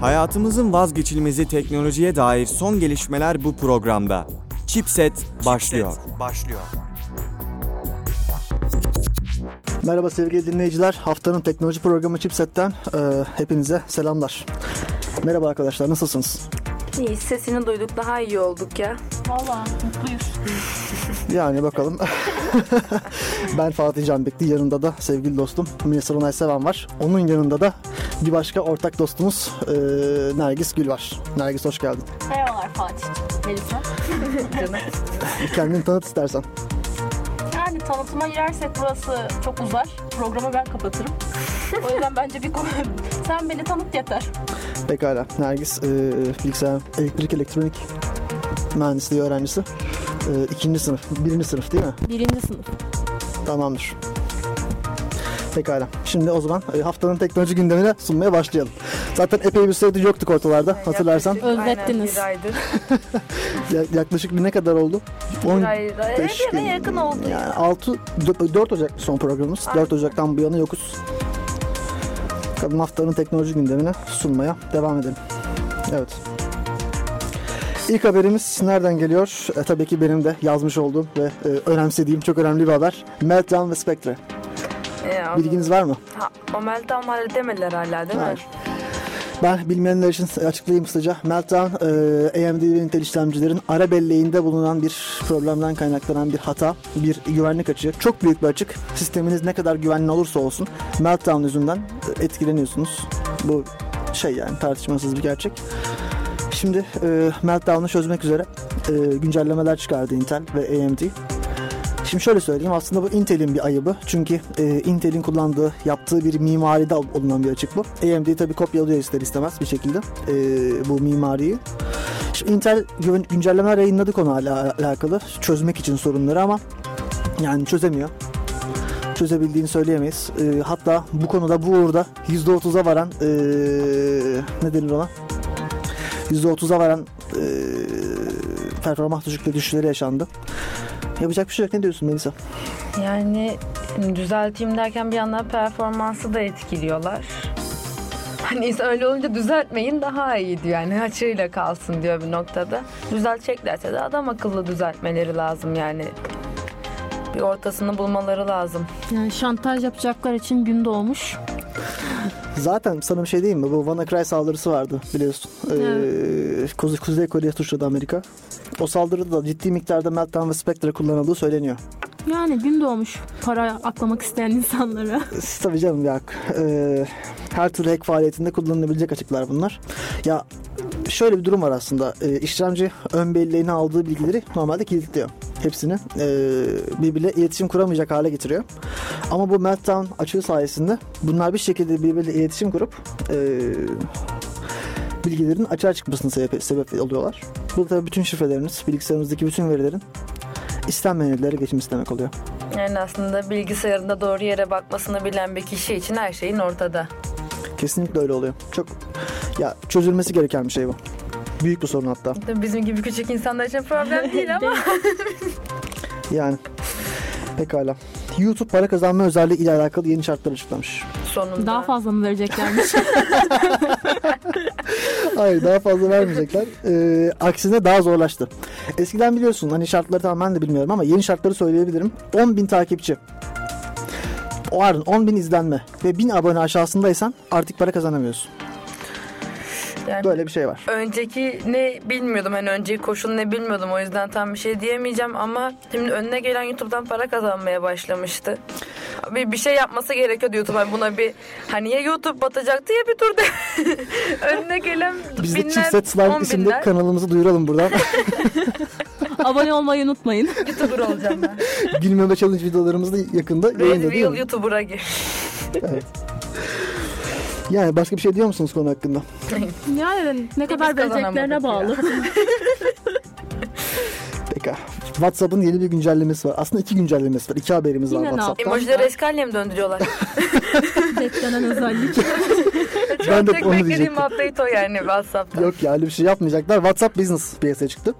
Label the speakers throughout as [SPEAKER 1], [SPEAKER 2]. [SPEAKER 1] Hayatımızın vazgeçilmezi teknolojiye dair son gelişmeler bu programda. Chipset başlıyor.
[SPEAKER 2] Başlıyor.
[SPEAKER 3] Merhaba sevgili dinleyiciler. Haftanın teknoloji programı Chipset'ten e, hepinize selamlar. Merhaba arkadaşlar nasılsınız?
[SPEAKER 4] İyi sesini duyduk daha iyi olduk ya.
[SPEAKER 5] Valla mutluyuz.
[SPEAKER 3] Yani bakalım. ben Fatih Canbekli. Yanında da sevgili dostum Münir Onay Seven var. Onun yanında da bir başka ortak dostumuz e, Nergis Gül var. Nergis hoş geldin.
[SPEAKER 5] Merhabalar Fatih'ciğim. Melisa.
[SPEAKER 3] Kendini tanıt istersen.
[SPEAKER 5] Yani tanıtıma girersek burası çok uzar. Programı ben kapatırım. o yüzden bence bir konu... Sen beni tanıt yeter.
[SPEAKER 3] Pekala. Nergis e, bilgisayar, elektrik, elektronik mühendisliği öğrencisi. E, ikinci sınıf, birinci sınıf değil mi?
[SPEAKER 6] Birinci sınıf.
[SPEAKER 3] Tamamdır. Pekala. Şimdi o zaman e, haftanın teknoloji gündemine sunmaya başlayalım. Zaten epey bir süredir yoktuk ortalarda hatırlarsan.
[SPEAKER 6] Yaklaşık- Özlettiniz.
[SPEAKER 4] Aynen, bir aydır.
[SPEAKER 3] Ya- Yaklaşık bir ne kadar oldu?
[SPEAKER 4] Bir
[SPEAKER 3] 10
[SPEAKER 4] ayda. Evet,
[SPEAKER 3] Teşekkür
[SPEAKER 4] evet, yakın oldu.
[SPEAKER 3] yani 6 4 Ocak son programımız. 4 Ocak'tan bu yana yokuz. Bakalım haftanın teknoloji gündemine sunmaya devam edelim. Evet. İlk haberimiz nereden geliyor? E, tabii ki benim de yazmış olduğum ve e, önemsediğim çok önemli bir haber. Meltdown ve Spectre.
[SPEAKER 4] Ya,
[SPEAKER 3] Bilginiz var mı?
[SPEAKER 4] Ha, Omel tam hala demediler hala değil mi?
[SPEAKER 3] Hayır. Ben bilmeyenler için açıklayayım kısaca. Meltdown, e, AMD ve Intel işlemcilerin ara belleğinde bulunan bir problemden kaynaklanan bir hata, bir güvenlik açığı. Çok büyük bir açık. Sisteminiz ne kadar güvenli olursa olsun Meltdown yüzünden e, etkileniyorsunuz. Bu şey yani tartışmasız bir gerçek. Şimdi e, Meltdown'u çözmek üzere e, güncellemeler çıkardı Intel ve AMD. Şimdi şöyle söyleyeyim aslında bu Intel'in bir ayıbı. Çünkü e, Intel'in kullandığı, yaptığı bir mimaride al- olunan bir açık bu. AMD tabii kopyalıyor ister istemez bir şekilde e, bu mimariyi. Şimdi Intel gü- güncellemeler yayınladı konu ala- alakalı çözmek için sorunları ama yani çözemiyor. Çözebildiğini söyleyemeyiz. E, hatta bu konuda bu uğurda %30'a varan e, ne denir ona? %30'a varan e, performans düşüklüğü düşüşleri yaşandı. Yapacak bir şey yok. Ne diyorsun Melisa?
[SPEAKER 7] Yani düzelteyim derken bir yandan performansı da etkiliyorlar. Hani insan öyle olunca düzeltmeyin daha iyi diyor. Yani açığıyla kalsın diyor bir noktada. Düzelteceklerse de adam akıllı düzeltmeleri lazım yani. Bir ortasını bulmaları lazım.
[SPEAKER 6] Yani şantaj yapacaklar için gün doğmuş.
[SPEAKER 3] Zaten sana bir şey diyeyim mi? Bu WannaCry saldırısı vardı biliyorsun. Ee, Kuze- Kuzey Kore'ye suçladı Amerika. O saldırıda da ciddi miktarda Meltdown ve Spectre kullanıldığı söyleniyor.
[SPEAKER 6] Yani gün doğmuş para aklamak isteyen insanlara.
[SPEAKER 3] Tabii canım ya. e, her türlü hack faaliyetinde kullanılabilecek açıklar bunlar. Ya şöyle bir durum var aslında. E, işlemci ön belleğine aldığı bilgileri normalde kilitliyor. Hepsini e, birbiriyle iletişim kuramayacak hale getiriyor. Ama bu meltdown açığı sayesinde bunlar bir şekilde birbiriyle iletişim kurup e, bilgilerin açığa çıkmasına sebep, sebep oluyorlar. Bu tabii bütün şifreleriniz, bilgisayarınızdaki bütün verilerin istenmeyenlere geçim istemek oluyor.
[SPEAKER 7] Yani aslında bilgisayarında doğru yere bakmasını bilen bir kişi için her şeyin ortada.
[SPEAKER 3] Kesinlikle öyle oluyor. Çok ya çözülmesi gereken bir şey bu. Büyük bir sorun hatta.
[SPEAKER 7] Tabii Bizim gibi küçük insanlar için problem değil ama.
[SPEAKER 3] Yani pekala. YouTube para kazanma özelliği ile alakalı yeni şartlar açıklamış.
[SPEAKER 7] Sonunda.
[SPEAKER 6] Daha fazla mı vereceklermiş?
[SPEAKER 3] Hayır daha fazla vermeyecekler. Ee, aksine daha zorlaştı. Eskiden biliyorsun hani şartları tamamen de bilmiyorum ama yeni şartları söyleyebilirim. 10.000 takipçi. O ardın 10 bin izlenme ve 1000 abone aşağısındaysan artık para kazanamıyorsun.
[SPEAKER 7] Yani
[SPEAKER 3] Böyle bir şey var.
[SPEAKER 7] Önceki ne bilmiyordum hani önceki koşul ne bilmiyordum o yüzden tam bir şey diyemeyeceğim ama şimdi önüne gelen YouTube'dan para kazanmaya başlamıştı. Bir, bir şey yapması gerekiyordu YouTube Hani buna bir hani ya YouTube batacaktı ya bir tur de önüne gelen
[SPEAKER 3] Biz de
[SPEAKER 7] binler,
[SPEAKER 3] Chipset Slime
[SPEAKER 7] on
[SPEAKER 3] isimli
[SPEAKER 7] binler
[SPEAKER 3] kanalımızı duyuralım buradan.
[SPEAKER 6] Abone olmayı unutmayın.
[SPEAKER 7] YouTuber olacağım ben.
[SPEAKER 3] Gülmeme challenge videolarımızı da yakında
[SPEAKER 7] Real,
[SPEAKER 3] yayınlıyor değil
[SPEAKER 7] real
[SPEAKER 3] mi?
[SPEAKER 7] YouTuber'a gir.
[SPEAKER 3] Yani başka bir şey diyor musunuz konu hakkında?
[SPEAKER 6] Yani ne kadar vereceklerine
[SPEAKER 7] kazanamadık
[SPEAKER 6] bağlı.
[SPEAKER 3] Peki. WhatsApp'ın yeni bir güncellemesi var. Aslında iki güncellemesi var. İki haberimiz var
[SPEAKER 6] Yine ne
[SPEAKER 3] WhatsApp'tan.
[SPEAKER 7] Emojileri eskalle mi döndürüyorlar?
[SPEAKER 6] Beklenen özellik.
[SPEAKER 3] Ben de
[SPEAKER 7] Tek
[SPEAKER 3] onu
[SPEAKER 7] beklediğim
[SPEAKER 3] diyecektim.
[SPEAKER 7] update o yani WhatsApp'ta.
[SPEAKER 3] Yok ya öyle bir şey yapmayacaklar. WhatsApp Business piyasaya çıktı.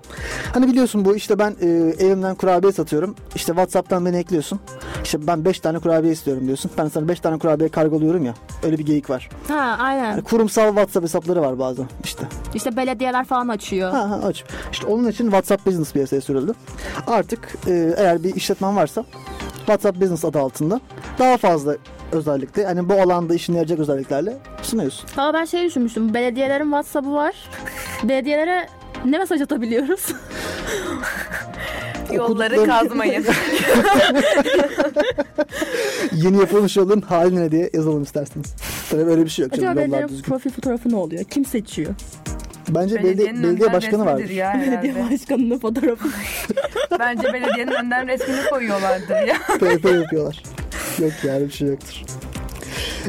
[SPEAKER 3] Hani biliyorsun bu işte ben e, evimden kurabiye satıyorum. İşte WhatsApp'tan beni ekliyorsun. İşte ben 5 tane kurabiye istiyorum diyorsun. Ben sana 5 tane kurabiye kargoluyorum ya. Öyle bir geyik var.
[SPEAKER 6] Ha aynen.
[SPEAKER 3] Yani kurumsal WhatsApp hesapları var bazen işte.
[SPEAKER 6] İşte belediyeler falan açıyor.
[SPEAKER 3] Ha, ha, aç. İşte onun için WhatsApp Business piyasaya sürüldü. Artık e, eğer bir işletmen varsa WhatsApp Business adı altında daha fazla özellikle hani bu alanda işine yarayacak özelliklerle sunuyorsun.
[SPEAKER 6] Ama ben şey düşünmüştüm. Belediyelerin WhatsApp'ı var. Belediyelere ne mesaj atabiliyoruz?
[SPEAKER 7] Yolları
[SPEAKER 3] Okudukları-
[SPEAKER 7] kazmayın.
[SPEAKER 3] Yeni yapılmış yolun hali ne diye yazalım isterseniz. Tabii böyle bir şey yok.
[SPEAKER 6] Acaba
[SPEAKER 3] canım, yollar
[SPEAKER 6] belediyelerin
[SPEAKER 3] düzgün.
[SPEAKER 6] profil fotoğrafı ne oluyor? Kim seçiyor?
[SPEAKER 3] Bence belediye, belediye başkanı var.
[SPEAKER 7] Ya herhalde.
[SPEAKER 6] Belediye başkanının fotoğrafı.
[SPEAKER 7] Bence belediyenin önden resmini koyuyorlardır ya.
[SPEAKER 3] PvP yapıyorlar. Yok yani bir şey yoktur.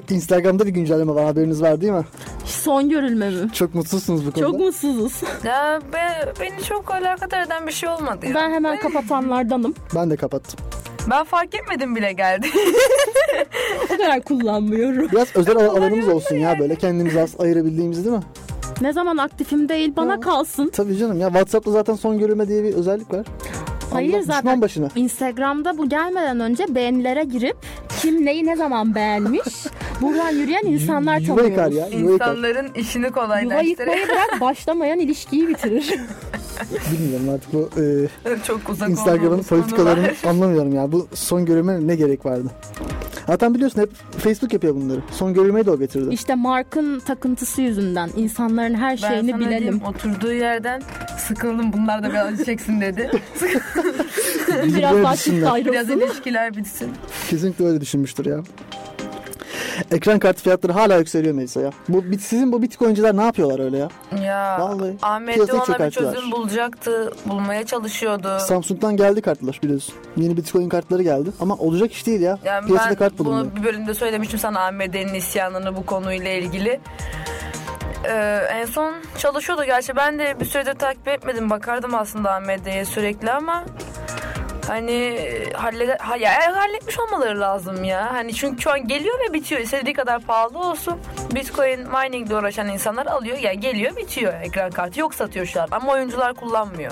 [SPEAKER 3] Instagram'da bir güncelleme var haberiniz var değil mi?
[SPEAKER 6] Son görülme mi?
[SPEAKER 3] Çok mutlusunuz bu konuda.
[SPEAKER 6] Çok mutsuzuz.
[SPEAKER 4] Ya be- beni çok alakadar eden bir şey olmadı ya.
[SPEAKER 6] Ben hemen kapatanlardanım.
[SPEAKER 3] Ben de kapattım.
[SPEAKER 7] Ben fark etmedim bile geldi.
[SPEAKER 6] O kadar kullanmıyorum.
[SPEAKER 3] Biraz özel al- alanımız olsun ya böyle kendimizi az ayırabildiğimiz değil mi?
[SPEAKER 6] Ne zaman aktifim değil bana
[SPEAKER 3] Ha.
[SPEAKER 6] kalsın.
[SPEAKER 3] Tabii canım ya WhatsApp'ta zaten son görülme diye bir özellik var.
[SPEAKER 6] Hayır
[SPEAKER 3] Allah
[SPEAKER 6] zaten
[SPEAKER 3] Düşman başına.
[SPEAKER 6] Instagram'da bu gelmeden önce beğenilere girip kim neyi ne zaman beğenmiş buradan yürüyen insanlar
[SPEAKER 3] Yuva yıkar
[SPEAKER 6] tanıyoruz.
[SPEAKER 3] ya. Yuva yıkar.
[SPEAKER 7] İnsanların işini
[SPEAKER 6] Yuva
[SPEAKER 7] kolaylaştırıyor.
[SPEAKER 6] yıkmayı bırak başlamayan ilişkiyi bitirir.
[SPEAKER 3] Bilmiyorum artık bu e,
[SPEAKER 7] Çok uzak
[SPEAKER 3] Instagram'ın
[SPEAKER 7] olduğumuz
[SPEAKER 3] politikalarını
[SPEAKER 7] konular.
[SPEAKER 3] anlamıyorum ya. Bu son görülme ne gerek vardı? Zaten biliyorsun hep Facebook yapıyor bunları. Son görülmeyi de o getirdi.
[SPEAKER 6] işte Mark'ın takıntısı yüzünden insanların her
[SPEAKER 7] Ben
[SPEAKER 6] şeyini
[SPEAKER 7] sana
[SPEAKER 6] bilelim.
[SPEAKER 7] diyeyim, oturduğu yerden sıkıldım bunlar da biraz çeksin dedi.
[SPEAKER 6] Biraz
[SPEAKER 3] Böyle
[SPEAKER 6] daha
[SPEAKER 3] düşünme.
[SPEAKER 6] çift
[SPEAKER 7] Biraz
[SPEAKER 6] ayrılsın.
[SPEAKER 7] ilişkiler bitsin.
[SPEAKER 3] Kesinlikle öyle düşünmüştür ya. Ekran kartı fiyatları hala yükseliyor Melisa ya. Bu bit- sizin bu Bitcoin'ciler ne yapıyorlar öyle ya?
[SPEAKER 4] Ya
[SPEAKER 3] Vallahi.
[SPEAKER 4] Ahmet de
[SPEAKER 3] Piyasayı
[SPEAKER 4] ona bir
[SPEAKER 3] çökerttiler.
[SPEAKER 4] çözüm bulacaktı. Bulmaya çalışıyordu.
[SPEAKER 3] Samsung'dan geldi kartlar biliyorsun. Yeni Bitcoin kartları geldi ama olacak iş değil ya.
[SPEAKER 4] Yani
[SPEAKER 3] Piyasada
[SPEAKER 4] ben
[SPEAKER 3] kart bulunmuyor.
[SPEAKER 4] bunu bir bölümde söylemiştim sana AMD'nin isyanını bu konuyla ilgili. Ee, en son çalışıyordu gerçi. Ben de bir süredir takip etmedim. Bakardım aslında AMD'ye sürekli ama hani hallede, ha, ya, halletmiş olmaları lazım ya. Hani çünkü şu an geliyor ve bitiyor. İstediği kadar pahalı olsun. Bitcoin miningle uğraşan insanlar alıyor. Ya geliyor bitiyor ekran kartı. Yok satıyor şu an ama oyuncular kullanmıyor.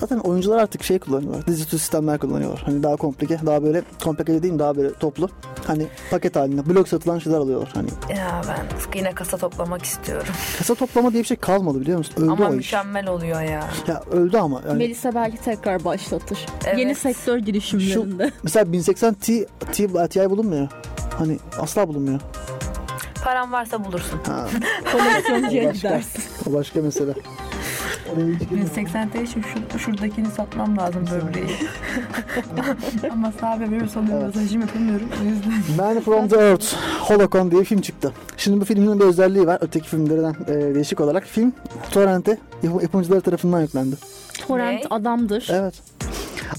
[SPEAKER 3] Zaten oyuncular artık şey kullanıyorlar. Dijital sistemler kullanıyorlar. Hani daha komplike, daha böyle komplike dediğim daha böyle toplu. Hani paket halinde blok satılan şeyler alıyorlar. Hani
[SPEAKER 4] Ya ben yine kasa toplamak istiyorum.
[SPEAKER 3] kasa toplama diye bir şey kalmadı biliyor musun? Öldü
[SPEAKER 4] ama
[SPEAKER 3] o iş.
[SPEAKER 4] mükemmel oluyor ya.
[SPEAKER 3] Ya öldü ama. Yani
[SPEAKER 6] Melisa belki tekrar başlatır.
[SPEAKER 4] Evet.
[SPEAKER 6] Yeni sektör girişimlerinde.
[SPEAKER 3] mesela 1080 Ti, Ti, Ti bulunmuyor. Hani asla bulunmuyor.
[SPEAKER 4] Paran varsa bulursun.
[SPEAKER 3] Ha,
[SPEAKER 6] koleksiyoncuya
[SPEAKER 3] Başka.
[SPEAKER 6] gidersin.
[SPEAKER 3] o başka mesele. Oraya hiç girmiyorum.
[SPEAKER 7] 180 TL için şu, şuradakini satmam lazım böbreği. Ama sahibi veriyorsa alıyorum
[SPEAKER 3] Evet.
[SPEAKER 7] mesajımı yapamıyorum. O yüzden.
[SPEAKER 3] Man from the Earth, Holocron diye bir film çıktı. Şimdi bu filmin bir özelliği var. Öteki filmlerden e, değişik olarak. Film torrente yap- yapımcıları tarafından yüklendi.
[SPEAKER 6] Torrent
[SPEAKER 4] Ne?
[SPEAKER 6] adamdır.
[SPEAKER 3] Evet.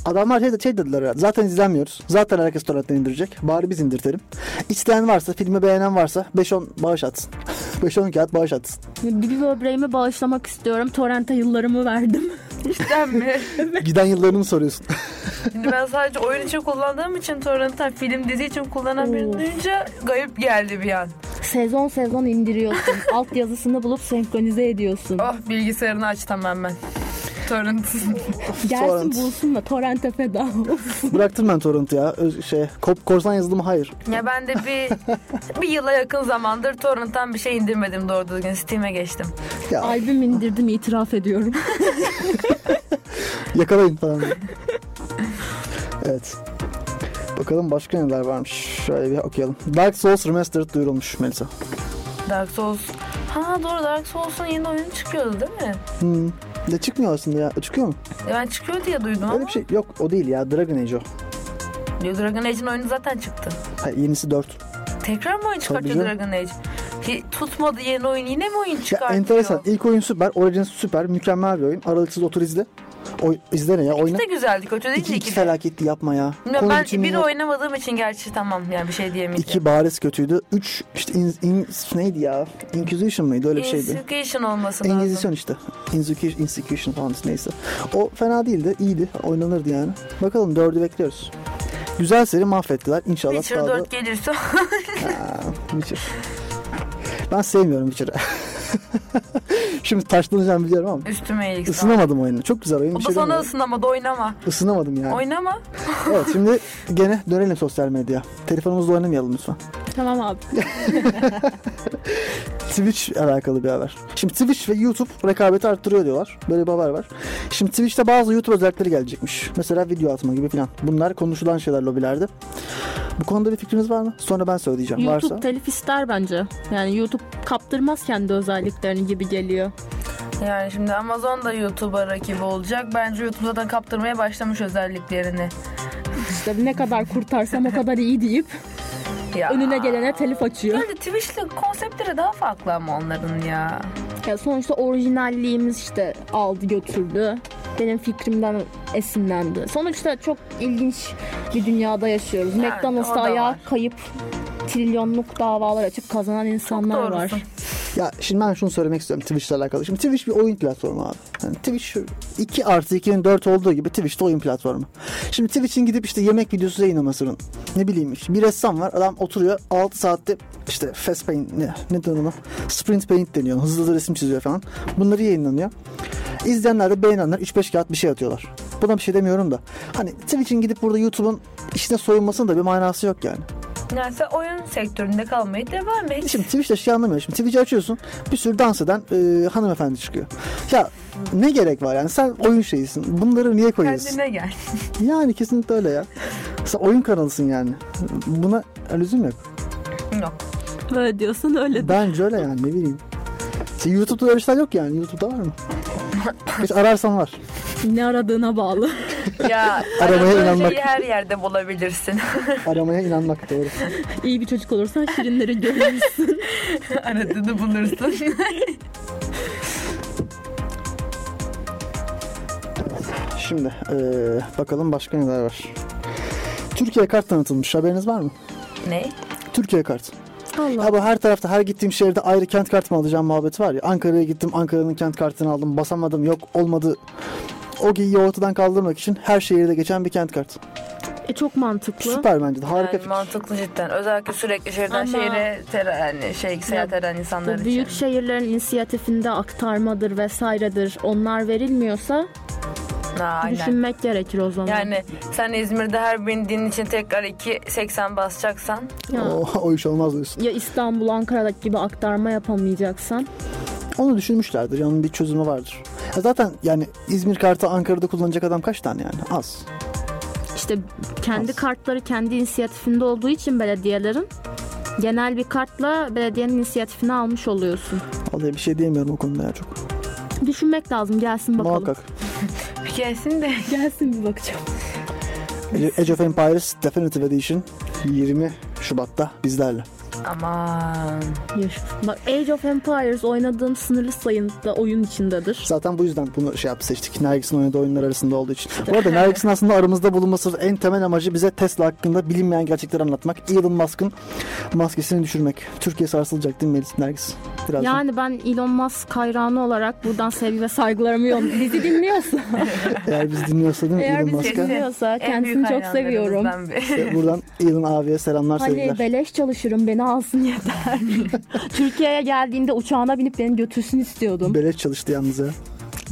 [SPEAKER 3] Adamlar şey, de- şey dediler ya, zaten izlemiyoruz. Zaten herkes torrentten indirecek. Bari biz indirtelim. İsteyen varsa, filmi beğenen varsa 5-10 bağış atsın. 5-10 kağıt bağış atsın.
[SPEAKER 6] Bir böbreğimi bağışlamak istiyorum. Torrent'e yıllarımı verdim.
[SPEAKER 4] Cidden mi?
[SPEAKER 3] Giden yıllarını mı soruyorsun?
[SPEAKER 4] Şimdi ben sadece oyun için kullandığım için torrentten film dizi için kullanan birini
[SPEAKER 6] Oo.
[SPEAKER 4] duyunca garip geldi bir an.
[SPEAKER 6] Sezon sezon indiriyorsun. Alt yazısını bulup senkronize ediyorsun.
[SPEAKER 4] Oh bilgisayarını aç tamamen. Torrent.
[SPEAKER 6] Gelsin
[SPEAKER 3] torrent.
[SPEAKER 6] bulsun da torrente feda olsun.
[SPEAKER 3] Bıraktım ben torrenti ya. Öz- şey, kop- korsan yazılımı hayır.
[SPEAKER 4] ya ben de bir bir yıla yakın zamandır torrentten bir şey indirmedim doğru düzgün. Steam'e geçtim.
[SPEAKER 3] Ya
[SPEAKER 6] Albüm indirdim itiraf ediyorum.
[SPEAKER 3] yakalayın falan. diye. evet. Bakalım başka neler varmış. Şöyle bir okuyalım. Dark Souls Remastered duyurulmuş Melisa.
[SPEAKER 4] Dark Souls. Ha doğru Dark Souls'un yeni oyunu çıkıyordu değil mi?
[SPEAKER 3] Hmm. De çıkmıyor aslında ya. Çıkıyor mu?
[SPEAKER 4] Ya ben çıkıyor diye duydum
[SPEAKER 3] Öyle
[SPEAKER 4] ama.
[SPEAKER 3] bir şey yok. O değil ya. Dragon Age o.
[SPEAKER 4] Dragon Age'in oyunu zaten çıktı.
[SPEAKER 3] Ha, yenisi 4.
[SPEAKER 4] Tekrar mı oyun çıkartıyor
[SPEAKER 3] canım.
[SPEAKER 4] Dragon Age? Hi- tutmadı yeni oyun yine mi oyun
[SPEAKER 3] Ya
[SPEAKER 4] çıkartıyor?
[SPEAKER 3] enteresan. İlk oyun süper. Origins süper. Mükemmel bir oyun. Aralıksız otur izle. Oy, izle ne ya? Oyna.
[SPEAKER 4] İkisi de güzeldi kötü değil
[SPEAKER 3] İki,
[SPEAKER 4] ki.
[SPEAKER 3] iki
[SPEAKER 4] ikisi de.
[SPEAKER 3] felaketti yapma ya.
[SPEAKER 4] Bilmiyorum,
[SPEAKER 3] Konu
[SPEAKER 4] ben
[SPEAKER 3] bütünlüğü
[SPEAKER 4] biri
[SPEAKER 3] yok.
[SPEAKER 4] oynamadığım için gerçi tamam yani bir şey diyemeyeceğim.
[SPEAKER 3] İki bariz kötüydü. Üç işte in, in- neydi ya? Inquisition mıydı? Öyle bir şeydi.
[SPEAKER 4] Instigation olması lazım.
[SPEAKER 3] Inquisition işte. Inquisition, Inquisition falan neyse. O fena değildi. iyiydi. Oynanırdı yani. Bakalım dördü bekliyoruz. Güzel seri mahvettiler. İnşallah
[SPEAKER 4] Witcher
[SPEAKER 3] daha da...
[SPEAKER 4] 4 gelirse
[SPEAKER 3] Aa, Witcher. Ben sevmiyorum Witcher'ı. Şimdi taşlanacağım biliyorum ama
[SPEAKER 4] Üstüme iyilik sağlık.
[SPEAKER 3] ısınamadım oyunu. Çok güzel oyun.
[SPEAKER 4] O
[SPEAKER 3] Bir
[SPEAKER 4] da
[SPEAKER 3] şey
[SPEAKER 4] sana
[SPEAKER 3] demiyorum.
[SPEAKER 4] ısınamadı oynama.
[SPEAKER 3] Isınamadım yani.
[SPEAKER 4] Oynama.
[SPEAKER 3] Evet şimdi gene dönelim sosyal medyaya. Telefonumuzla oynamayalım lütfen.
[SPEAKER 6] Tamam abi.
[SPEAKER 3] Twitch alakalı bir haber. Şimdi Twitch ve YouTube rekabeti arttırıyor diyorlar. Böyle bir haber var. Şimdi Twitch'te bazı YouTube özellikleri gelecekmiş. Mesela video atma gibi falan. Bunlar konuşulan şeyler lobilerde. Bu konuda bir fikriniz var mı? Sonra ben söyleyeceğim.
[SPEAKER 6] YouTube
[SPEAKER 3] Varsa.
[SPEAKER 6] telif ister bence. Yani YouTube kaptırmaz kendi özelliklerini gibi geliyor.
[SPEAKER 4] Yani şimdi Amazon da YouTube'a rakip olacak. Bence YouTube zaten kaptırmaya başlamış özelliklerini.
[SPEAKER 6] İşte ne kadar kurtarsam o kadar iyi deyip
[SPEAKER 4] Ya.
[SPEAKER 6] önüne gelene telif açıyor.
[SPEAKER 4] Bence Twitch'le konseptleri daha farklı ama onların ya.
[SPEAKER 6] Ya sonuçta orijinalliğimiz işte aldı götürdü. Benim fikrimden esinlendi. Sonuçta çok ilginç bir dünyada yaşıyoruz.
[SPEAKER 4] Yani o
[SPEAKER 6] McDonald's'ta
[SPEAKER 4] da
[SPEAKER 6] ayağa
[SPEAKER 4] var.
[SPEAKER 6] kayıp trilyonluk davalar açıp kazanan insanlar var.
[SPEAKER 4] doğrusun.
[SPEAKER 3] Ya şimdi ben şunu söylemek istiyorum Twitch'le alakalı. Şimdi Twitch bir oyun platformu abi. Yani Twitch 2 artı 2'nin 4 olduğu gibi Twitch de oyun platformu. Şimdi Twitch'in gidip işte yemek videosu yayınlamasının ne bileyim işte bir ressam var adam oturuyor 6 saatte işte fast paint ne, ne deniyor ona? Sprint paint deniyor. Hızlı hızlı resim çiziyor falan. Bunları yayınlanıyor. İzleyenler de beğenenler 3-5 kağıt bir şey atıyorlar. Buna bir şey demiyorum da. Hani Twitch'in gidip burada YouTube'un işine soyunmasının da bir manası yok yani.
[SPEAKER 4] Yani sen oyun sektöründe kalmaya devam et.
[SPEAKER 3] Şimdi Twitch'te şey anlamıyorum. Şimdi Twitch'i açıyorsun. Bir sürü dans eden e, hanımefendi çıkıyor. Ya ne gerek var yani? Sen oyun şeyisin. Bunları niye koyuyorsun?
[SPEAKER 4] Kendine gel.
[SPEAKER 3] Yani kesinlikle öyle ya. Sen oyun kanalısın yani. Buna lüzum yok.
[SPEAKER 4] Yok.
[SPEAKER 6] Böyle diyorsun öyle
[SPEAKER 3] Bence öyle yani ne bileyim. Sen YouTube'da öyle şeyler yok yani. YouTube'da var mı? Hiç ararsan var.
[SPEAKER 6] Ne aradığına bağlı.
[SPEAKER 4] Ya
[SPEAKER 3] Aramaya
[SPEAKER 4] aradığın
[SPEAKER 3] inanmak.
[SPEAKER 4] şeyi her yerde bulabilirsin.
[SPEAKER 3] Aramaya inanmak doğru.
[SPEAKER 6] İyi bir çocuk olursan şirinleri görürsün.
[SPEAKER 4] Aradığını bulursun.
[SPEAKER 3] Şimdi e, bakalım başka neler var. Türkiye kart tanıtılmış. Haberiniz var mı?
[SPEAKER 4] ne?
[SPEAKER 3] Türkiye kart.
[SPEAKER 6] Allah.
[SPEAKER 3] Ya bu her tarafta her gittiğim şehirde ayrı kent kartı mı alacağım muhabbeti var ya. Ankara'ya gittim Ankara'nın kent kartını aldım basamadım yok olmadı. O geyiği ortadan kaldırmak için her şehirde geçen bir kent kartı.
[SPEAKER 6] E çok mantıklı.
[SPEAKER 3] Süper bence de harika
[SPEAKER 4] Yani
[SPEAKER 3] fikir.
[SPEAKER 4] mantıklı cidden. Özellikle sürekli şehirden
[SPEAKER 6] Ama-
[SPEAKER 4] şehire ter, yani şey, seyahat eden insanlar
[SPEAKER 6] Bu
[SPEAKER 4] için.
[SPEAKER 6] büyük şey şehirlerin inisiyatifinde aktarmadır vesairedir. Onlar verilmiyorsa
[SPEAKER 4] Ha, aynen.
[SPEAKER 6] düşünmek gerekir o zaman.
[SPEAKER 4] Yani sen İzmir'de her bindiğin için tekrar 2.80 basacaksan
[SPEAKER 6] Ya-
[SPEAKER 3] O, o iş olmaz diyorsun.
[SPEAKER 6] ya İstanbul, Ankara'daki gibi aktarma yapamayacaksan
[SPEAKER 3] Onu düşünmüşlerdir. Onun bir çözümü vardır. Ya zaten yani İzmir kartı Ankara'da kullanacak adam kaç tane yani? Az.
[SPEAKER 6] işte kendi
[SPEAKER 3] Az.
[SPEAKER 6] kartları kendi inisiyatifinde olduğu için belediyelerin genel bir kartla belediyenin inisiyatifini almış oluyorsun.
[SPEAKER 3] Vallahi bir şey diyemiyorum o konuda ya çok.
[SPEAKER 6] Düşünmek lazım gelsin bakalım.
[SPEAKER 3] Muhakkak.
[SPEAKER 4] gelsin de
[SPEAKER 6] Gelsin bir bakacağım.
[SPEAKER 3] Age- Age of Empires Definitive Edition 20 Şubat'ta bizlerle.
[SPEAKER 4] aman
[SPEAKER 6] Bak Age of Empires oynadığım sınırlı sayında oyun içindedir.
[SPEAKER 3] Zaten bu yüzden bunu şey yapıp seçtik. Nergis'in oynadığı oyunlar arasında olduğu için. Bu arada Nergis'in aslında aramızda bulunması en temel amacı bize Tesla hakkında bilinmeyen gerçekleri anlatmak. Elon Musk'ın maskesini düşürmek. Türkiye sarsılacak değil mi Melis Nergis? Birazdan.
[SPEAKER 6] Yani ben Elon Musk hayranı olarak buradan sevgi ve saygılarımı yolluyorum. Bizi dinliyorsa,
[SPEAKER 3] Eğer bizi dinliyorsa değil mi
[SPEAKER 6] eğer
[SPEAKER 3] Elon
[SPEAKER 6] bizi
[SPEAKER 3] Musk'a?
[SPEAKER 6] dinliyorsa
[SPEAKER 4] En büyük
[SPEAKER 6] kendisini çok
[SPEAKER 4] hayranlarımızdan
[SPEAKER 6] seviyorum.
[SPEAKER 4] biri.
[SPEAKER 3] Ee, Buradan Elon abiye selamlar
[SPEAKER 6] Hani
[SPEAKER 3] sevgiler.
[SPEAKER 6] beleş çalışırım beni alsın yeter. Türkiye'ye geldiğinde uçağına binip beni götürsün istiyordum.
[SPEAKER 3] Beleş çalıştı yalnız ya.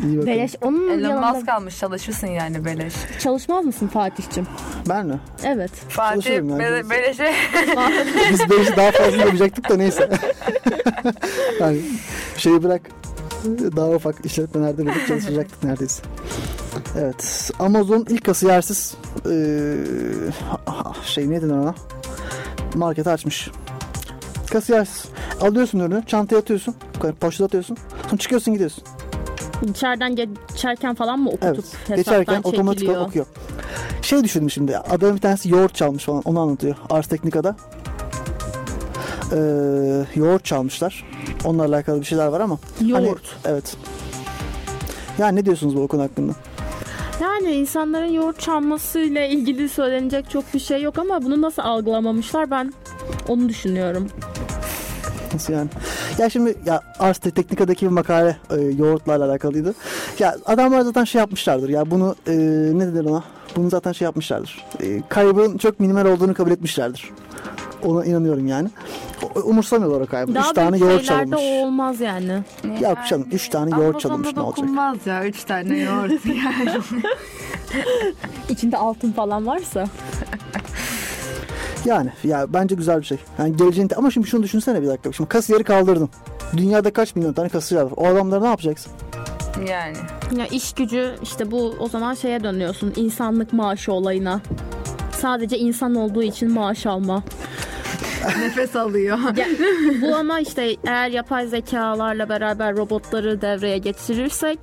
[SPEAKER 3] İyi bakın.
[SPEAKER 6] Beleş onun yanında
[SPEAKER 4] Elon Musk almış çalışırsın yani beleş.
[SPEAKER 6] çalışmaz mısın Fatih'cim?
[SPEAKER 3] Ben mi?
[SPEAKER 6] Evet.
[SPEAKER 4] Fatih
[SPEAKER 3] Çalışırım yani,
[SPEAKER 4] be-
[SPEAKER 3] biliyorsun.
[SPEAKER 4] beleşe
[SPEAKER 3] Biz Beleş'i daha fazla yapacaktık da neyse. yani şeyi bırak. Daha ufak işletmelerde bile çalışacaktık neredeyse. Evet. Amazon ilk kasiyersiz eee, şey ne denir ona? Marketi açmış. Kasiyersiz. Alıyorsun ürünü, çantaya atıyorsun, poşete atıyorsun. Sonra çıkıyorsun gidiyorsun.
[SPEAKER 6] İçeriden geçerken falan mı okutup
[SPEAKER 3] Evet.
[SPEAKER 6] hesaptan
[SPEAKER 3] Geçerken
[SPEAKER 6] çekiliyor?
[SPEAKER 3] otomatik olarak okuyor. Şey düşündüm şimdi. Adamın bir tanesi yoğurt çalmış falan. Onu anlatıyor. Ars Teknika'da. Ee, yoğurt çalmışlar. Onunla alakalı bir şeyler var ama. Hani-
[SPEAKER 6] Yoğurt.
[SPEAKER 3] evet. Ya ne diyorsunuz bu konu hakkında?
[SPEAKER 6] Yani insanların yoğurt çalmasıyla ilgili söylenecek çok bir şey yok ama bunu nasıl algılamamışlar ben onu düşünüyorum.
[SPEAKER 3] Nasıl yani? Ya şimdi ya Ars Teknika'daki bir makale e, yoğurtlarla alakalıydı. Ya adamlar zaten şey yapmışlardır. Ya bunu e, ne denir ona? Bunu zaten şey yapmışlardır. E, kaybın çok minimal olduğunu kabul etmişlerdir. Ona inanıyorum yani. o- umursamıyorlar o kaybı.
[SPEAKER 6] Daha
[SPEAKER 3] 3 tane
[SPEAKER 6] büyük
[SPEAKER 3] yoğurt
[SPEAKER 6] şeylerde
[SPEAKER 3] çalınmış.
[SPEAKER 6] o olmaz yani.
[SPEAKER 3] Ya canım 3 tane yoğurt çalınmış ne olacak?
[SPEAKER 7] dokunmaz ya. Üç tane yoğurt yani.
[SPEAKER 6] İçinde altın falan varsa.
[SPEAKER 3] Yani ya bence güzel bir şey. Yani geleceğin ama şimdi şunu düşünsene bir dakika. Şimdi kasiyeri kaldırdın. Dünyada kaç milyon tane kasiyer var? O adamları ne yapacaksın?
[SPEAKER 7] yani.
[SPEAKER 6] Ya iş gücü işte bu o zaman şeye dönüyorsun. insanlık maaşı olayına. Sadece insan olduğu için maaş alma.
[SPEAKER 7] Nefes alıyor.
[SPEAKER 6] Bu ama işte eğer yapay zekalarla beraber robotları devreye geçirirsek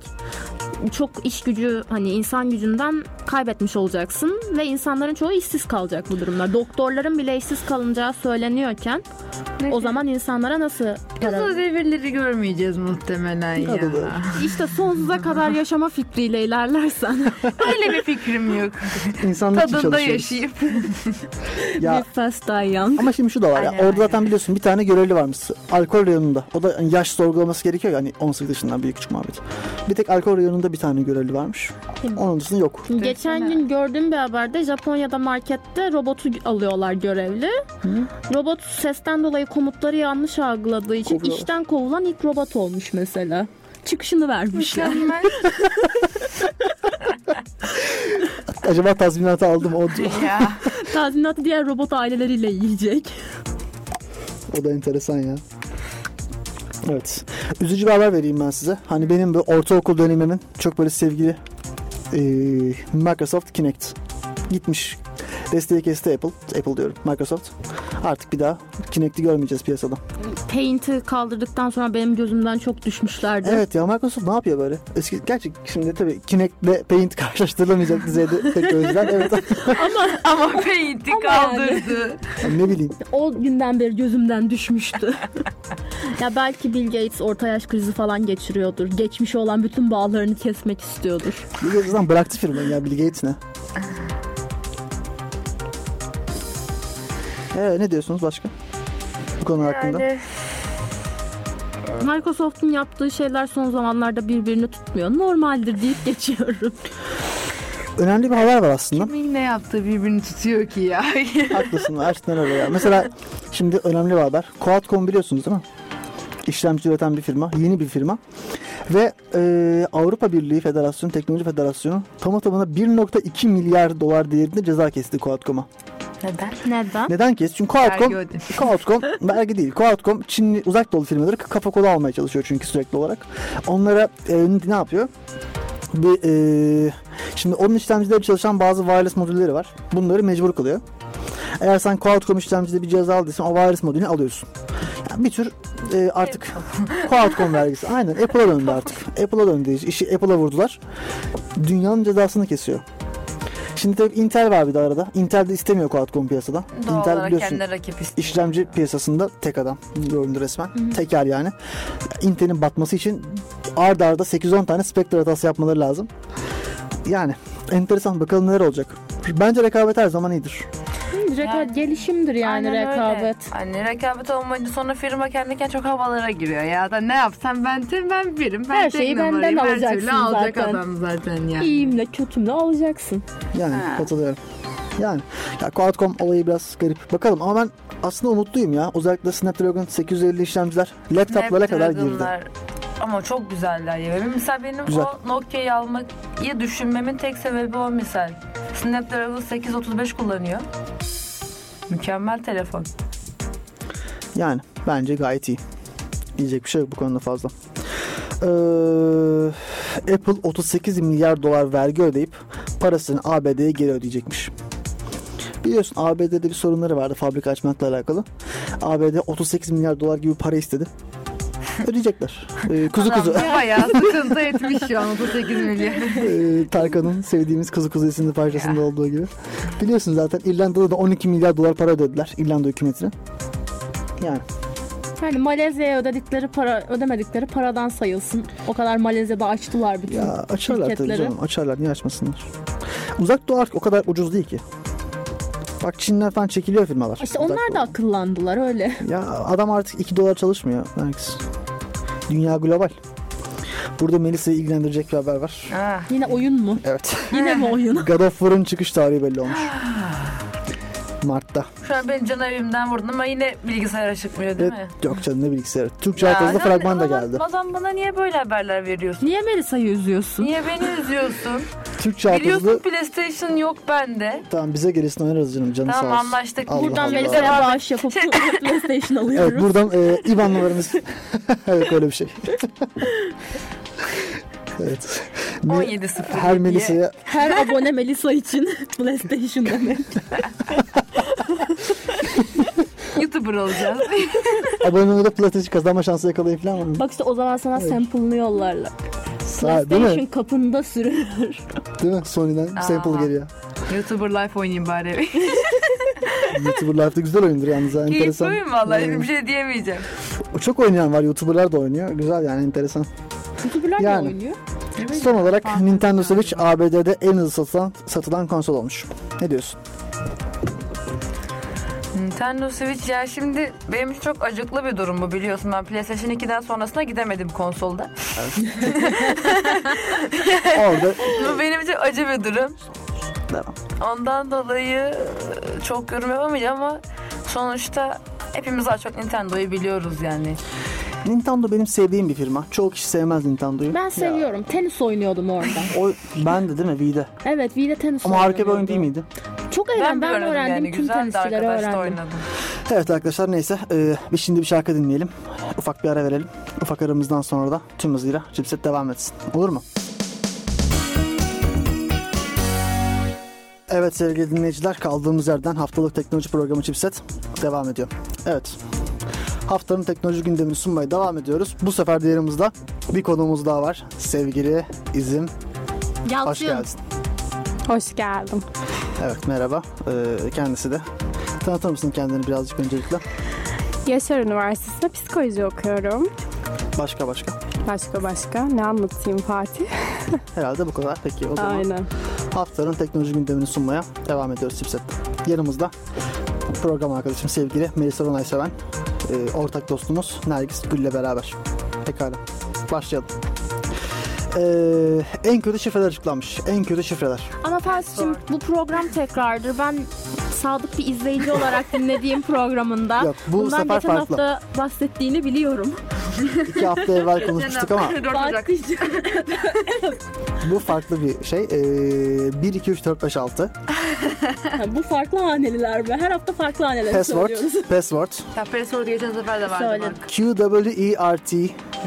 [SPEAKER 6] çok iş gücü hani insan gücünden kaybetmiş olacaksın ve insanların çoğu işsiz kalacak bu durumda. Doktorların bile işsiz kalınacağı söyleniyorken o zaman insanlara nasıl para?
[SPEAKER 7] Bu devirleri görmeyeceğiz muhtemelen ya.
[SPEAKER 3] da doğru.
[SPEAKER 6] İşte sonsuza kadar yaşama fikriyle ilerlersen
[SPEAKER 7] Öyle bir fikrim yok.
[SPEAKER 3] İnsanlık için
[SPEAKER 7] Tadında
[SPEAKER 3] çalışıyoruz.
[SPEAKER 7] yaşayıp.
[SPEAKER 3] Ya
[SPEAKER 6] nefes dayan.
[SPEAKER 3] ama şimdi şu da var ya.
[SPEAKER 7] Aynen,
[SPEAKER 3] Orada zaten biliyorsun bir tane görevli varmış. Alkol reyonunda. O da yaş sorgulaması gerekiyor yani 18 yaşından büyük küçük muhabbet. Bir tek alkol reyonunda bir tane görevli varmış. Onun dışında yok.
[SPEAKER 6] Geçen gün gördüğüm bir haberde Japonya'da markette robotu alıyorlar görevli. Robot sesten dolayı komutları yanlış algıladığı için
[SPEAKER 3] Kovuyorlar.
[SPEAKER 6] işten kovulan ilk robot olmuş mesela. Çıkışını vermişler.
[SPEAKER 7] Mükemmel.
[SPEAKER 3] Acaba tazminatı aldım o,
[SPEAKER 7] ya.
[SPEAKER 6] Tazminatı diğer robot aileleriyle yiyecek.
[SPEAKER 3] o da enteresan ya. Evet. Üzücü bir haber vereyim ben size. Hani benim bu ortaokul dönemimin çok böyle sevgili eee, Microsoft Kinect gitmiş. Desteği kesti Apple. Apple diyorum. Microsoft. Artık bir daha Kinect'i görmeyeceğiz piyasada.
[SPEAKER 6] Paint'i kaldırdıktan sonra benim gözümden çok düşmüşlerdi.
[SPEAKER 3] Evet ya Microsoft ne yapıyor böyle? Eski, gerçi şimdi tabii Kinect'le Paint karşılaştırılamayacak düzeyde teknolojiler. Evet.
[SPEAKER 7] Ama peynti kaldırdı.
[SPEAKER 3] ne bileyim.
[SPEAKER 6] O günden beri gözümden düşmüştü. ya belki Bill Gates orta yaş krizi falan geçiriyordur. Geçmişe olan bütün bağlarını kesmek istiyordur.
[SPEAKER 3] Bill Gates lan bıraktı firmayı ya Bill Gates ne? Ee, ne diyorsunuz başka? Bu konu hakkında.
[SPEAKER 4] Yani
[SPEAKER 6] Microsoft'un yaptığı şeyler son zamanlarda birbirini tutmuyor. Normaldir deyip geçiyorum.
[SPEAKER 3] Önemli bir haber var aslında.
[SPEAKER 7] Kimin ne yaptığı birbirini tutuyor ki ya.
[SPEAKER 3] Haklısın gerçekten öyle ya. Mesela şimdi önemli bir haber. Qualcomm biliyorsunuz değil mi? İşlemci üreten bir firma. Yeni bir firma. Ve e, Avrupa Birliği Federasyonu, Teknoloji Federasyonu tamı tamına 1.2 milyar dolar değerinde ceza kesti Qualcomm'a.
[SPEAKER 7] Neden?
[SPEAKER 6] Neden?
[SPEAKER 3] Neden kesti? Çünkü Qualcomm
[SPEAKER 7] Vergi ödedi.
[SPEAKER 3] Qualcomm belki değil. Qualcomm Çinli uzak doğulu firmaları kafa kola almaya çalışıyor çünkü sürekli olarak. Onlara e, ne yapıyor? Bir, e, şimdi onun işlemcileri çalışan bazı wireless modülleri var. Bunları mecbur kılıyor. Eğer sen Qualcomm işlemcide bir cihaz aldıysan o wireless modülünü alıyorsun. Yani bir tür e, artık Qualcomm vergisi. Aynen Apple'a döndü artık. Apple'a döndü. İşi Apple'a vurdular. Dünyanın cezasını kesiyor. Şimdi tabii Intel var bir de arada. Intel de istemiyor Qualcomm piyasada.
[SPEAKER 7] Doğal
[SPEAKER 3] Intel
[SPEAKER 7] olarak
[SPEAKER 3] biliyorsun
[SPEAKER 7] kendine rakip istiyor.
[SPEAKER 3] işlemci piyasasında tek adam göründü resmen. Teker yani. Intel'in batması için arda arda 8-10 tane Spectre hatası yapmaları lazım. Yani enteresan bakalım neler olacak. Bence rekabet her zaman iyidir.
[SPEAKER 6] Rekabet gelişimdir yani
[SPEAKER 7] Aynen öyle.
[SPEAKER 6] rekabet.
[SPEAKER 7] Hani rekabet olmayınca sonra firma kendi kendine çok havalara giriyor ya. Da ne yapsam ben tem ben birim. Ben
[SPEAKER 6] Her
[SPEAKER 7] tek
[SPEAKER 6] şeyi benden
[SPEAKER 7] numarayım, Her
[SPEAKER 6] alacaksın
[SPEAKER 7] türlü alacak
[SPEAKER 6] zaten.
[SPEAKER 7] adam zaten ya.
[SPEAKER 6] İyiyimle kötümle alacaksın.
[SPEAKER 3] Yani katılıyorum. Yani ya Qualcomm olayı biraz garip. Bakalım ama ben aslında umutluyum ya. Özellikle Snapdragon 850 işlemciler laptoplara kadar girdi.
[SPEAKER 4] Snapdragon'lar
[SPEAKER 7] Ama çok güzeller ya. Benim mesela benim
[SPEAKER 3] Güzel.
[SPEAKER 7] o Nokia'yı almayı düşünmemin tek sebebi o misal. Snapdragon 835 kullanıyor. Mükemmel telefon.
[SPEAKER 3] Yani bence gayet iyi. Diyecek bir şey yok bu konuda fazla. Ee, Apple 38 milyar dolar vergi ödeyip parasını ABD'ye geri ödeyecekmiş. Biliyorsun ABD'de bir sorunları vardı fabrika açmakla alakalı. ABD 38 milyar dolar gibi para istedi. Ödeyecekler. Ee, kuzu kuzu.
[SPEAKER 7] Adam da Bayağı sıkıntı etmiş şu an 38 milyar.
[SPEAKER 3] Ee, Tarkan'ın sevdiğimiz Kuzu Kuzu isimli parçasında olduğu gibi. Biliyorsun zaten İrlanda'da da 12 milyar dolar para ödediler İrlanda hükümetine. Yani
[SPEAKER 6] Yani Malezya'ya ödedikleri para, ödemedikleri paradan sayılsın. O kadar Malezya'da açtılar bütün.
[SPEAKER 3] Ya açarlar tabii
[SPEAKER 6] şirketlere.
[SPEAKER 3] canım. Açarlar. Niye açmasınlar? Uzak Doğu artık o kadar ucuz değil ki. Bak Çin'den falan çekiliyor firmalar.
[SPEAKER 6] İşte onlar da akıllandılar öyle.
[SPEAKER 3] Ya adam artık 2 dolar çalışmıyor. Herkes. Dünya global. Burada Melisa'yı ilgilendirecek bir haber var.
[SPEAKER 6] Yine oyun mu?
[SPEAKER 3] Evet.
[SPEAKER 6] Yine mi oyun?
[SPEAKER 3] God of War'ın çıkış tarihi belli olmuş. Mart'ta.
[SPEAKER 4] Şu an beni can evimden vurdun ama yine bilgisayara çıkmıyor değil
[SPEAKER 3] Evet,
[SPEAKER 4] mi?
[SPEAKER 3] yok canım ne bilgisayarı. Türkçe
[SPEAKER 4] Ya,
[SPEAKER 3] haritasında
[SPEAKER 4] yani
[SPEAKER 3] fragman da
[SPEAKER 4] ama
[SPEAKER 3] geldi.
[SPEAKER 4] Madem bana niye böyle haberler veriyorsun?
[SPEAKER 6] Niye Melisa'yı üzüyorsun?
[SPEAKER 4] Niye beni üzüyorsun?
[SPEAKER 3] Türkçe haritasında
[SPEAKER 4] Biliyorsun PlayStation yok bende.
[SPEAKER 3] tamam bize gerisini oynarız canım canım
[SPEAKER 4] Tamam
[SPEAKER 3] sağ olsun.
[SPEAKER 4] anlaştık.
[SPEAKER 3] Allah
[SPEAKER 6] Buradan
[SPEAKER 3] Allah.
[SPEAKER 6] Melisa'ya bağış yapıp PlayStation
[SPEAKER 3] Evet
[SPEAKER 6] alıyoruz.
[SPEAKER 3] buradan e, IBAN numaramız. evet öyle bir şey. evet. Me-
[SPEAKER 4] 17 sıfır
[SPEAKER 3] her
[SPEAKER 4] diye.
[SPEAKER 3] Melisa'ya
[SPEAKER 6] Her abone Melisa için PlayStation demek.
[SPEAKER 4] YouTuber olacağız.
[SPEAKER 3] abone olup platinci kazanma şansı yakalayın falan mı?
[SPEAKER 6] Bak işte o zaman sana sample'ını yollarlar.
[SPEAKER 3] Sağ, değil
[SPEAKER 6] PlayStation
[SPEAKER 3] mi?
[SPEAKER 6] kapında sürülür.
[SPEAKER 3] Değil mi? Sony'den sample geliyor.
[SPEAKER 4] YouTuber life oynayayım bari.
[SPEAKER 3] YouTuber Life'da güzel oyundur yalnız. ha, enteresan.
[SPEAKER 4] Keyifliyim valla.
[SPEAKER 3] Evet.
[SPEAKER 4] Bir şey diyemeyeceğim.
[SPEAKER 3] Çok oynayan var. YouTuber'lar da oynuyor. Güzel yani enteresan.
[SPEAKER 6] Youtuberlar
[SPEAKER 3] Yani.
[SPEAKER 6] ne oynuyor?
[SPEAKER 3] Son olarak Nintendo Switch ABD'de en hızlı satılan, satılan konsol olmuş. Ne diyorsun?
[SPEAKER 4] Nintendo Switch ya şimdi benim için çok acıklı bir durum bu biliyorsun. Ben PlayStation 2'den sonrasına gidemedim konsolda.
[SPEAKER 3] Orada
[SPEAKER 4] Bu benim için acı bir durum. Ondan dolayı e, çok yorum yapamayacağım ama sonuçta hepimiz daha çok Nintendo'yu biliyoruz yani.
[SPEAKER 3] Nintendo benim sevdiğim bir firma. Çoğu kişi sevmez Nintendo'yu.
[SPEAKER 6] Ben seviyorum. Tenis oynuyordum orada.
[SPEAKER 3] O ben de değil mi Wii'de?
[SPEAKER 6] evet, Vi'de tenis
[SPEAKER 3] Ama harika bir oyun
[SPEAKER 6] oynanıyordu.
[SPEAKER 3] değil miydi?
[SPEAKER 6] Çok eğlendim. Ben,
[SPEAKER 4] görmedim
[SPEAKER 6] öğrendim. Tüm
[SPEAKER 4] Güzel de
[SPEAKER 6] tenisçileri
[SPEAKER 4] arkadaşla
[SPEAKER 6] öğrendim.
[SPEAKER 4] oynadım.
[SPEAKER 3] Evet arkadaşlar neyse e, biz şimdi bir şarkı dinleyelim. Ufak bir ara verelim. Ufak aramızdan sonra da tüm hızıyla Chipset devam etsin. Olur mu? Evet sevgili dinleyiciler kaldığımız yerden haftalık teknoloji programı Chipset devam ediyor. Evet haftanın teknoloji gündemini sunmaya devam ediyoruz. Bu sefer de yanımızda bir konuğumuz daha var. Sevgili İzim hoş
[SPEAKER 6] Yalçın.
[SPEAKER 3] geldin.
[SPEAKER 2] Hoş geldim.
[SPEAKER 3] Evet merhaba E, kendisi de. Tanıtır mısın kendini birazcık öncelikle?
[SPEAKER 2] Yaşar Üniversitesi'nde psikoloji okuyorum.
[SPEAKER 3] Başka başka.
[SPEAKER 2] Başka başka ne anlatayım Fatih?
[SPEAKER 3] Herhalde bu kadar. Peki o zaman
[SPEAKER 2] Aynen.
[SPEAKER 3] haftanın teknoloji gündemini sunmaya devam ediyoruz Tipset'te. Yanımızda program arkadaşım sevgili Melisa Ronay Seven, e, ortak dostumuz Nergis Gül'le beraber. Pekala. Başlayalım. Ee, en kötü şifreler açıklanmış. En kötü şifreler.
[SPEAKER 6] Ama Fatih'cim bu program tekrardır. Ben sadık bir izleyici olarak dinlediğim programında
[SPEAKER 3] Yok, bu
[SPEAKER 6] bundan
[SPEAKER 3] sefer
[SPEAKER 6] geçen
[SPEAKER 3] farklı.
[SPEAKER 6] hafta bahsettiğini biliyorum.
[SPEAKER 3] İki hafta evvel konuşmuştuk ama
[SPEAKER 6] Fatih'cim
[SPEAKER 3] bu farklı bir şey. Ee, 1, 2, 3, 4, 5, 6.
[SPEAKER 6] bu farklı haneliler be. Her hafta farklı haneleri
[SPEAKER 3] Password.
[SPEAKER 6] söylüyoruz.
[SPEAKER 3] Password.
[SPEAKER 4] Ya Perisol geçen sefer de vardı
[SPEAKER 6] Söyledim.
[SPEAKER 4] bak.
[SPEAKER 3] Q, W, E, R, T.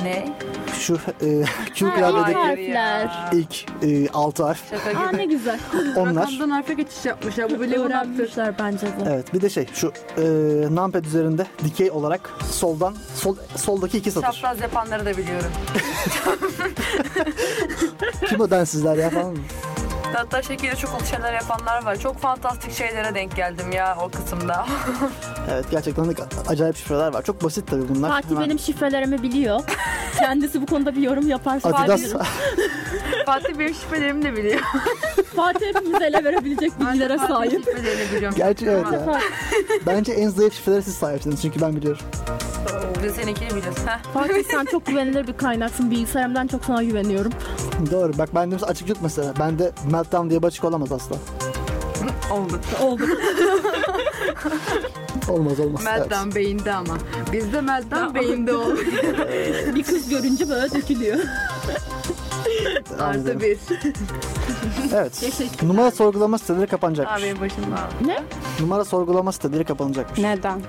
[SPEAKER 4] Ne?
[SPEAKER 3] Şu e, Q
[SPEAKER 6] Ha, ilk
[SPEAKER 3] klavyedeki
[SPEAKER 4] Hayır ya.
[SPEAKER 6] harfler.
[SPEAKER 3] ilk e, 6 harf.
[SPEAKER 4] Şaka
[SPEAKER 6] Aa
[SPEAKER 4] gibi.
[SPEAKER 6] ne güzel.
[SPEAKER 3] Onlar.
[SPEAKER 7] Rakamdan harfe geçiş yapmış ya. Bu bile uğraktır.
[SPEAKER 6] Öğrenmişler bence de.
[SPEAKER 3] Evet bir de şey şu e, numpad üzerinde dikey olarak soldan sol soldaki iki satır.
[SPEAKER 4] Çapraz yapanları da biliyorum.
[SPEAKER 3] Kim öden sizler ya falan.
[SPEAKER 4] Hatta şekilde çok ulu şeyler yapanlar var. Çok fantastik şeylere denk geldim ya o kısımda.
[SPEAKER 3] Evet gerçekten de acayip şifreler var. Çok basit tabii bunlar.
[SPEAKER 6] Fatih
[SPEAKER 3] Hemen
[SPEAKER 6] benim şifrelerimi biliyor. Kendisi bu konuda bir yorum yaparsa
[SPEAKER 3] Adidas
[SPEAKER 6] Fatih-
[SPEAKER 4] Fatih benim şifrelerimi de biliyor.
[SPEAKER 6] Fatih hepimize ele verebilecek bilgilere sahip.
[SPEAKER 4] Şifrelerini biliyorum.
[SPEAKER 3] Gerçi evet
[SPEAKER 4] Tamam.
[SPEAKER 3] ya. Bence en zayıf şifreleri siz sahipsiniz çünkü ben biliyorum.
[SPEAKER 4] Bir de seninkini biliyorsun. Heh.
[SPEAKER 6] Fatih sen çok güvenilir bir kaynaksın. Bilgisayarımdan çok sana güveniyorum.
[SPEAKER 3] Doğru bak bende açık yut mesela. Bende meltdown diye bir açık olamaz asla.
[SPEAKER 4] Oldu.
[SPEAKER 6] Oldu.
[SPEAKER 3] Olmaz olmaz.
[SPEAKER 7] Meltdown beyinde ama. Bizde Meltdown beyinde oldu.
[SPEAKER 6] bir kız görünce böyle dökülüyor.
[SPEAKER 3] Evet, devam
[SPEAKER 7] Artı
[SPEAKER 3] edelim.
[SPEAKER 7] bir.
[SPEAKER 3] Evet. Numara sorgulama siteleri kapanacakmış.
[SPEAKER 4] Abi başım ağrıyor.
[SPEAKER 3] Numara sorgulama siteleri kapanacakmış.
[SPEAKER 2] Neden?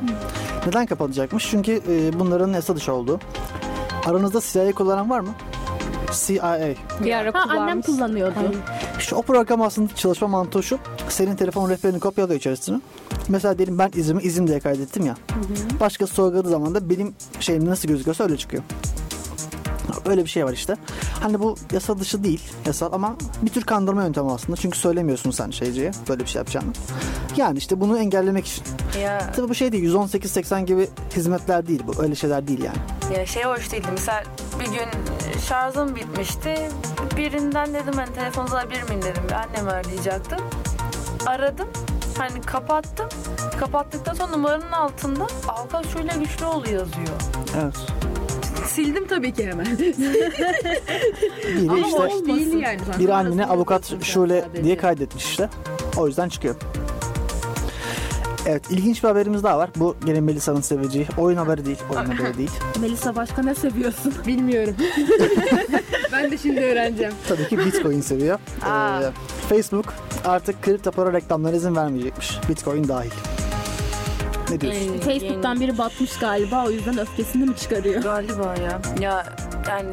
[SPEAKER 3] Neden kapanacakmış? Çünkü e, bunların yasa dışı olduğu. Aranızda CIA kullanan var mı? CIA.
[SPEAKER 2] Bir ara
[SPEAKER 6] Ha annem
[SPEAKER 2] kullanmış.
[SPEAKER 6] kullanıyordu.
[SPEAKER 3] İşte o program aslında çalışma mantığı şu. Senin telefon rehberini kopyalıyor içerisine. Mesela diyelim ben izimi izim diye kaydettim ya. Başkası sorguladığı zaman da benim şeyim nasıl gözüküyorsa öyle çıkıyor. Öyle bir şey var işte. Hani bu yasa dışı değil yasal ama bir tür kandırma yöntemi aslında. Çünkü söylemiyorsun sen şeyciye böyle bir şey yapacağını. Yani işte bunu engellemek için.
[SPEAKER 4] Ya,
[SPEAKER 3] Tabii bu şey değil 118-80 gibi hizmetler değil bu. Öyle şeyler değil yani.
[SPEAKER 4] ya şey hoş değildi. Mesela bir gün e, şarjım bitmişti. Birinden dedim hani telefonunuzu alabilir miyim dedim. Annemi arayacaktım. Aradım. Hani kapattım. Kapattıktan sonra numaranın altında Alka şöyle güçlü ol yazıyor.
[SPEAKER 3] Evet.
[SPEAKER 7] Sildim tabii ki hemen.
[SPEAKER 3] Biri
[SPEAKER 7] Ama
[SPEAKER 3] işte
[SPEAKER 7] hoş değil yani. Sen
[SPEAKER 3] bir
[SPEAKER 7] sonrasında
[SPEAKER 3] annene avukat
[SPEAKER 7] yazıyorsun
[SPEAKER 3] şule
[SPEAKER 7] sadece.
[SPEAKER 3] diye kaydetmiş işte. O yüzden çıkıyor. Evet ilginç bir haberimiz daha var. Bu gene Melisa'nın seveceği. Oyun haberi değil. Oyun haberi değil.
[SPEAKER 6] Melisa başka ne seviyorsun?
[SPEAKER 8] Bilmiyorum. ben de şimdi öğreneceğim.
[SPEAKER 3] Tabii ki Bitcoin seviyor.
[SPEAKER 8] Aa.
[SPEAKER 3] Ee, Facebook artık kripto para reklamlarına izin vermeyecekmiş. Bitcoin dahil. Ne diyorsun?
[SPEAKER 7] Ee,
[SPEAKER 6] Facebook'tan biri batmış galiba o yüzden öfkesini mi çıkarıyor?
[SPEAKER 4] Galiba ya.
[SPEAKER 7] Ya yani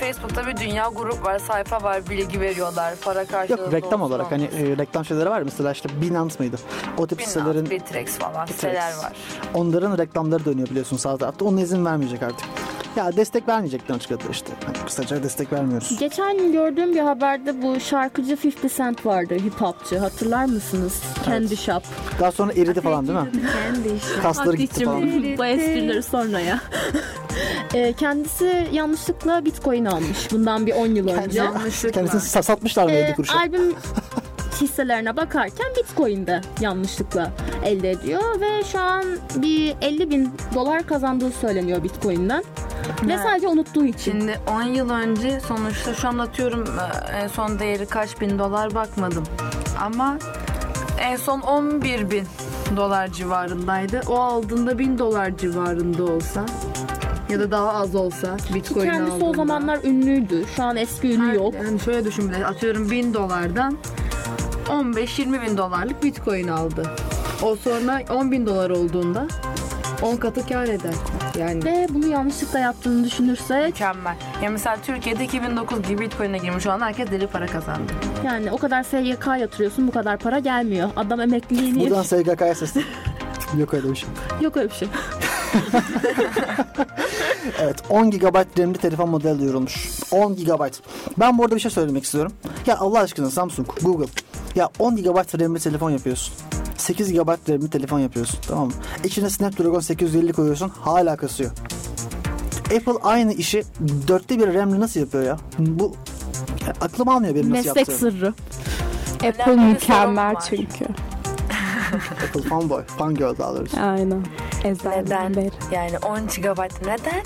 [SPEAKER 7] Facebook'ta bir dünya grup var, sayfa var, bilgi veriyorlar, para karşılığında
[SPEAKER 3] Yok reklam
[SPEAKER 7] olsun
[SPEAKER 3] olarak hani
[SPEAKER 7] olmasın.
[SPEAKER 3] e, reklam şeyleri var ya, mesela işte Binance mıydı? O tip
[SPEAKER 7] Binance,
[SPEAKER 3] sitelerin
[SPEAKER 7] Bittrex falan
[SPEAKER 3] Bittrex.
[SPEAKER 7] siteler var.
[SPEAKER 3] onların reklamları dönüyor biliyorsun sağ tarafta. Onun izin vermeyecek artık. Ya destek vermeyecekler açıkladı işte. Hani kısaca destek vermiyoruz.
[SPEAKER 6] Geçen gün gördüğüm bir haberde bu şarkıcı 50 Cent vardı hip hopçu hatırlar mısınız? Candy Shop.
[SPEAKER 3] Daha sonra eridi falan değil mi? Kasları gitti falan.
[SPEAKER 6] Bu esprileri sonra ya. Ee, kendisi yanlışlıkla bitcoin almış bundan bir 10 yıl önce.
[SPEAKER 4] Hani
[SPEAKER 3] Kendisini sa- satmışlar mı
[SPEAKER 6] Ee,
[SPEAKER 3] 7 kuruşa?
[SPEAKER 6] albüm hisselerine bakarken Bitcoin de yanlışlıkla elde ediyor ve şu an bir 50 bin dolar kazandığı söyleniyor Bitcoin'den ve sadece unuttuğu için.
[SPEAKER 7] Şimdi 10 yıl önce sonuçta şu an atıyorum e, en son değeri kaç bin dolar bakmadım. Ama en son 11 bin dolar civarındaydı. O aldığında 1000 dolar civarında olsa ya da daha az olsa Bitcoin
[SPEAKER 6] Kendisi o
[SPEAKER 7] aldığında.
[SPEAKER 6] zamanlar ünlüydü. Şu an eski ünlü
[SPEAKER 7] Her-
[SPEAKER 6] yok.
[SPEAKER 7] Yani şöyle düşün bile atıyorum 1000 dolardan 15-20 bin dolarlık bitcoin aldı. O sonra 10 bin dolar olduğunda 10 katı kar eder. Yani
[SPEAKER 6] Ve bunu yanlışlıkla yaptığını düşünürsek
[SPEAKER 7] mükemmel. Ya mesela Türkiye'de 2009 gibi bitcoin'e girmiş olan herkes deli para kazandı.
[SPEAKER 6] yani o kadar SGK yatırıyorsun bu kadar para gelmiyor. Adam emekliliğini
[SPEAKER 3] Buradan SGK'ya seslen. Yok öyle bir şey.
[SPEAKER 6] yok öyle bir şey.
[SPEAKER 3] Evet 10 GB RAM'li telefon modeli duyurulmuş. 10 GB. Ben bu arada bir şey söylemek istiyorum. Ya Allah aşkına Samsung, Google. Ya 10 GB RAM'li telefon yapıyorsun. 8 GB RAM'li telefon yapıyorsun tamam mı? İçine Snapdragon 850 koyuyorsun hala kasıyor. Apple aynı işi dörtte bir RAM'li nasıl yapıyor ya? Bu ya aklım almıyor benim nasıl
[SPEAKER 6] Meslek
[SPEAKER 3] yaptığını.
[SPEAKER 6] sırrı.
[SPEAKER 2] Apple
[SPEAKER 4] sorun
[SPEAKER 2] mükemmel
[SPEAKER 4] var.
[SPEAKER 2] çünkü.
[SPEAKER 3] Apple fanboy, fangirl daha doğrusu.
[SPEAKER 2] Aynen. Ezelden
[SPEAKER 4] Neden?
[SPEAKER 2] beri.
[SPEAKER 4] Yani 10 GB neden?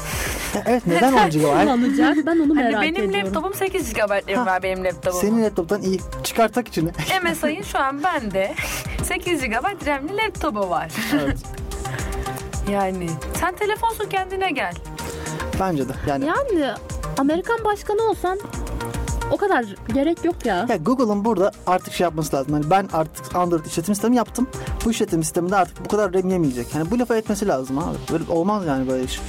[SPEAKER 3] Ya Evet neden 10 GB?
[SPEAKER 6] Kullanacak. Ben onu merak
[SPEAKER 4] Hani benim
[SPEAKER 6] ediyorum.
[SPEAKER 4] laptopum 8 GB'ım var benim laptopum.
[SPEAKER 3] Senin laptoptan iyi. Çıkartak içine.
[SPEAKER 4] MSI'ın şu an bende 8 GB RAM'li laptopu var.
[SPEAKER 3] evet.
[SPEAKER 4] Yani sen telefonsun kendine gel.
[SPEAKER 3] Bence de. Yani
[SPEAKER 6] Yani Amerikan başkanı olsan o kadar gerek yok ya.
[SPEAKER 3] Ya Google'ın burada artık şey yapması lazım. Hani ben artık Android işletim sistemi yaptım. Bu işletim sisteminde artık bu kadar RAM yemeyecek. Yani bu lafa etmesi lazım abi. Böyle olmaz yani böyle iş.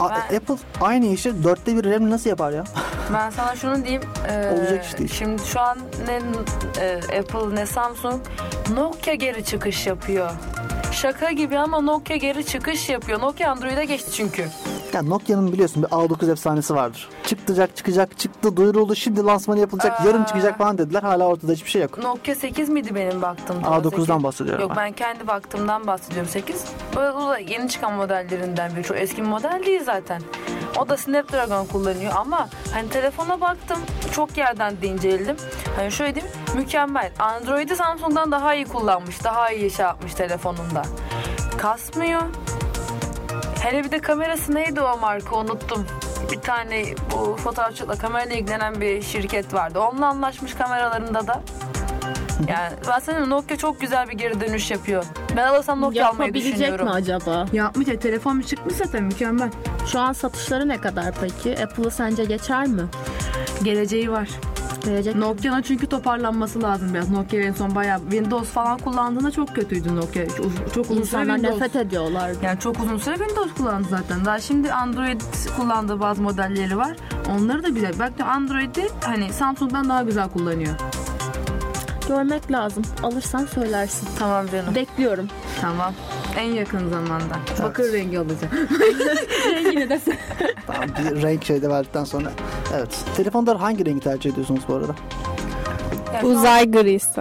[SPEAKER 3] A-
[SPEAKER 4] Ben-
[SPEAKER 3] Apple aynı işi dörtte bir RAM nasıl yapar ya?
[SPEAKER 4] Ben sana şunu diyeyim. eee,
[SPEAKER 3] Olacak iş değil.
[SPEAKER 4] Şimdi şu an ne eee, Apple ne Samsung Nokia geri çıkış yapıyor. Şaka gibi ama Nokia geri çıkış yapıyor. Nokia Android'e geçti çünkü.
[SPEAKER 3] Ya Nokia'nın biliyorsun bir A9 efsanesi vardır. Çıkacak çıkacak çıktı duyuruldu şimdi lansmanı yapılacak yarın çıkacak falan dediler. Hala ortada hiçbir şey yok.
[SPEAKER 4] Nokia 8 miydi benim baktığımda?
[SPEAKER 3] A9'dan
[SPEAKER 4] 8.
[SPEAKER 3] bahsediyorum
[SPEAKER 4] Yok ben kendi baktığımdan bahsediyorum 8. O o da yeni çıkan modellerinden biri. Çok eski bir model değil zaten. O da Snapdragon kullanıyor ama hani telefona baktım çok yerden de inceledim. Hani şöyle diyeyim mükemmel. Android'i Samsung'dan daha iyi kullanmış. Daha iyi şey yapmış telefonunda. Kasmıyor. Hele bir de kamerası neydi o marka unuttum. Bir tane bu fotoğrafçılıkla kamerayla ilgilenen bir şirket vardı. Onunla anlaşmış kameralarında da. Yani ben sana Nokia çok güzel bir geri dönüş yapıyor. Ben alırsam Nokia almayı
[SPEAKER 6] Yapabilecek
[SPEAKER 4] düşünüyorum.
[SPEAKER 6] mi acaba?
[SPEAKER 7] Yapmış ya telefon çıkmış zaten mükemmel.
[SPEAKER 6] Şu an satışları ne kadar peki? Apple'ı sence geçer mi?
[SPEAKER 7] Geleceği var.
[SPEAKER 6] Gelecek
[SPEAKER 7] Nokia'nın çünkü toparlanması lazım biraz. Nokia en son bayağı Windows falan kullandığında çok kötüydü Nokia. Çok, çok uzun süre
[SPEAKER 6] insanlar
[SPEAKER 7] Windows.
[SPEAKER 6] nefret ediyorlar.
[SPEAKER 7] Yani çok uzun süre Windows kullandı zaten. Daha şimdi Android kullandığı bazı modelleri var. Onları da güzel. Bak Android'i hani Samsung'dan daha güzel kullanıyor.
[SPEAKER 6] Görmek lazım. Alırsan söylersin.
[SPEAKER 4] Tamam canım.
[SPEAKER 6] Bekliyorum.
[SPEAKER 7] Tamam. En yakın zamanda. Bakır rengi alacak.
[SPEAKER 3] Tamam, bir renk şeyde verdikten sonra. Evet. Telefonlar hangi rengi tercih ediyorsunuz bu arada?
[SPEAKER 2] Uzay grisi.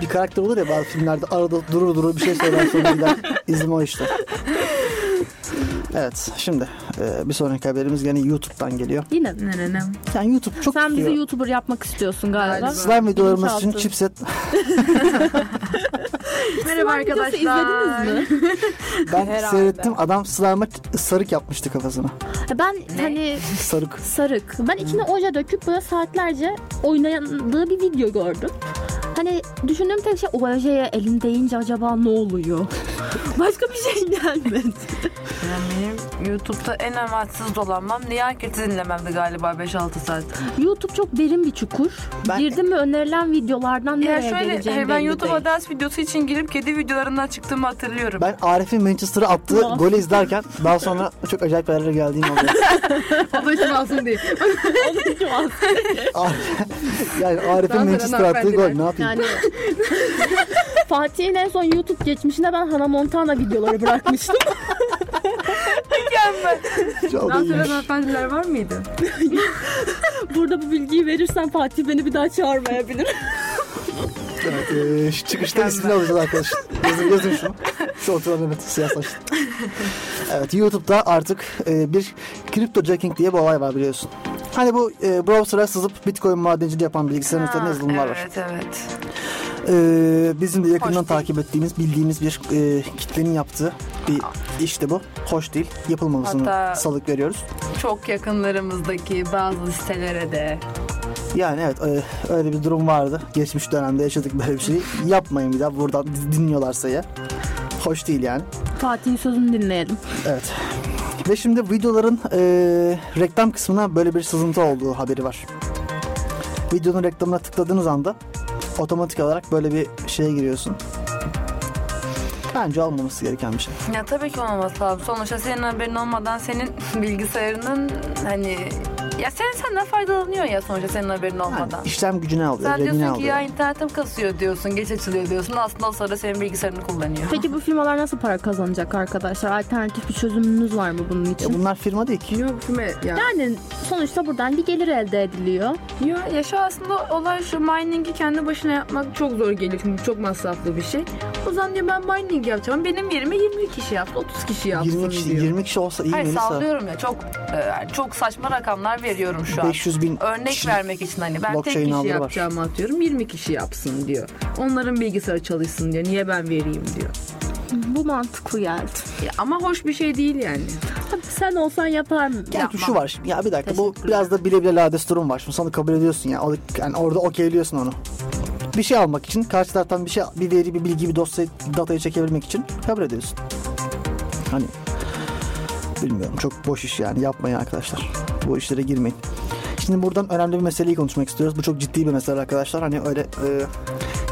[SPEAKER 3] Bir karakter olur ya bazı filmlerde arada durur durur bir şey söyler sonra gider. İzim o işte. Evet şimdi e, bir sonraki haberimiz gene YouTube'dan geliyor.
[SPEAKER 6] Yine mi?
[SPEAKER 7] Ne ne ne.
[SPEAKER 3] Yani YouTube çok
[SPEAKER 6] Sen bizi
[SPEAKER 3] tutuyor.
[SPEAKER 6] YouTuber yapmak istiyorsun galiba.
[SPEAKER 3] Slime videolarımız için
[SPEAKER 6] Bilinçaltı.
[SPEAKER 3] chipset.
[SPEAKER 7] Merhaba
[SPEAKER 6] Videosu
[SPEAKER 7] arkadaşlar.
[SPEAKER 6] izlediniz mi?
[SPEAKER 3] Ben seyrettim adam slime'a sarık yapmıştı kafasına.
[SPEAKER 6] Ben hani
[SPEAKER 3] Sarık.
[SPEAKER 6] sarık. Ben içine oje döküp böyle saatlerce oynadığı bir video gördüm. Hani düşündüğüm tek şey o objeye elin değince acaba ne oluyor? Başka bir şey gelmedi.
[SPEAKER 4] Yani benim YouTube'da en amaçsız dolanmam. Niye anketi dinlememdi galiba 5-6 saat.
[SPEAKER 6] YouTube çok derin bir çukur.
[SPEAKER 3] Ben-
[SPEAKER 6] Girdim mi önerilen videolardan
[SPEAKER 4] Ya
[SPEAKER 6] nereye
[SPEAKER 4] şöyle
[SPEAKER 6] geleceğim
[SPEAKER 4] e, ben
[SPEAKER 6] belli
[SPEAKER 4] YouTube'a
[SPEAKER 6] değil.
[SPEAKER 4] dans videosu için girip kedi videolarından çıktığımı hatırlıyorum.
[SPEAKER 3] Ben Arif'in Manchester'a attığı
[SPEAKER 6] Wow.
[SPEAKER 3] golü izlerken daha sonra çok acayip yerlere geldiğim oldu.
[SPEAKER 8] O da hiç masum değil.
[SPEAKER 3] yani Arif'in
[SPEAKER 8] Daha
[SPEAKER 3] Manchester'a
[SPEAKER 8] sonra
[SPEAKER 3] attığı gol
[SPEAKER 8] hanımefendiler.
[SPEAKER 3] ne yapayım?
[SPEAKER 6] Yani Fatih'in en son YouTube geçmişinde ben Hannah Montana videoları bırakmıştım.
[SPEAKER 3] Çok
[SPEAKER 8] Daha sonra
[SPEAKER 3] iyiymiş.
[SPEAKER 8] hanımefendiler var mıydı?
[SPEAKER 6] Burada bu bilgiyi verirsen Fatih beni bir daha çağırmayabilir.
[SPEAKER 3] Evet, eee, şu çıkışta ismini alacağız arkadaşlar. Yazın, yazın şunu. Şu oturan evet siyah saçlı. Evet YouTube'da artık eee, bir kripto jacking diye bir olay var biliyorsun. Hani bu eee, browser'a sızıp bitcoin madenciliği yapan bilgisayarın üzerine yazılımlar var.
[SPEAKER 4] Evet evet.
[SPEAKER 3] Eee, bizim de yakından
[SPEAKER 4] değil.
[SPEAKER 3] takip ettiğimiz, bildiğimiz bir eee, kitlenin yaptığı bir işte bu. Hoş değil. Yapılmamasını
[SPEAKER 4] Hatta-
[SPEAKER 3] salık veriyoruz.
[SPEAKER 4] Çok yakınlarımızdaki bazı sitelere de.
[SPEAKER 3] Yani evet eee, öyle bir durum vardı. Geçmiş dönemde yaşadık böyle bir şeyi. Yapmayın bir daha buradan dinliyorlarsa ya. Hoş değil yani.
[SPEAKER 6] Fatih'in sözünü dinleyelim.
[SPEAKER 3] Evet. Ve şimdi videoların eee, reklam kısmına böyle bir sızıntı olduğu haberi var. Videonun reklamına tıkladığınız anda otomatik olarak böyle bir şeye giriyorsun. Bence olmaması gereken bir şey.
[SPEAKER 4] Ya tabii ki olmaması lazım. Sonuçta senin haberin olmadan senin bilgisayarının hani ya senin senden faydalanıyor ya sonuçta senin haberin
[SPEAKER 3] Yani
[SPEAKER 4] olmadan.
[SPEAKER 3] işlem gücünü alıyor,
[SPEAKER 4] Sen
[SPEAKER 3] remini
[SPEAKER 4] diyorsun ki
[SPEAKER 3] alıyor.
[SPEAKER 4] ya internetim kasıyor diyorsun, geç açılıyor diyorsun. Aslında o sırada senin bilgisayarını kullanıyor.
[SPEAKER 6] Peki bu firmalar nasıl para kazanacak arkadaşlar? Alternatif bir çözümünüz var mı bunun için?
[SPEAKER 3] Ya bunlar firma değil ki.
[SPEAKER 8] Yok kime ya.
[SPEAKER 6] Yani sonuçta buradan bir gelir elde ediliyor.
[SPEAKER 8] Ya, ya şu aslında olay şu mining'i kendi başına yapmak çok zor geliyor çünkü çok masraflı bir şey. O zaman diyor ben mining yapacağım. Benim yerime 20 kişi yaptı, 30 kişi yapsın
[SPEAKER 3] 20 kişi,
[SPEAKER 8] diyor.
[SPEAKER 3] 20 kişi olsa iyi
[SPEAKER 4] Hayır
[SPEAKER 3] miydi?
[SPEAKER 4] sallıyorum ya çok e, çok saçma rakamlar veriyorum şu an.
[SPEAKER 3] 500 bin
[SPEAKER 4] Örnek
[SPEAKER 3] kişi-
[SPEAKER 4] vermek için hani ben
[SPEAKER 3] Blockchain
[SPEAKER 4] tek
[SPEAKER 8] Tek kişi
[SPEAKER 3] algıları var.
[SPEAKER 8] yapacağımı atıyorum 20 kişi yapsın diyor. Onların bilgisayarı çalışsın diyor. Niye ben vereyim diyor.
[SPEAKER 6] Bu mantıklı geldi.
[SPEAKER 8] Ya ama hoş bir şey değil yani.
[SPEAKER 6] Tabii sen olsan yapar mı?
[SPEAKER 3] Çünkü şu var. şimdi- Ya bir dakika bu biraz da bile bile lades durum var. Şimdi sana kabul ediyorsun ya. O- Yani orada okeyliyorsun onu. Bir şey almak için karşı taraftan bir şey bir veri, bir bilgi, bir dosya, datayı çekebilmek için kabul ediyorsun. Hani bilmiyorum çok boş iş yani yapmayın arkadaşlar. Bu işlere girmeyin. Şimdi buradan önemli bir meseleyi konuşmak istiyoruz. Bu çok ciddi bir mesele arkadaşlar. Hani öyle e,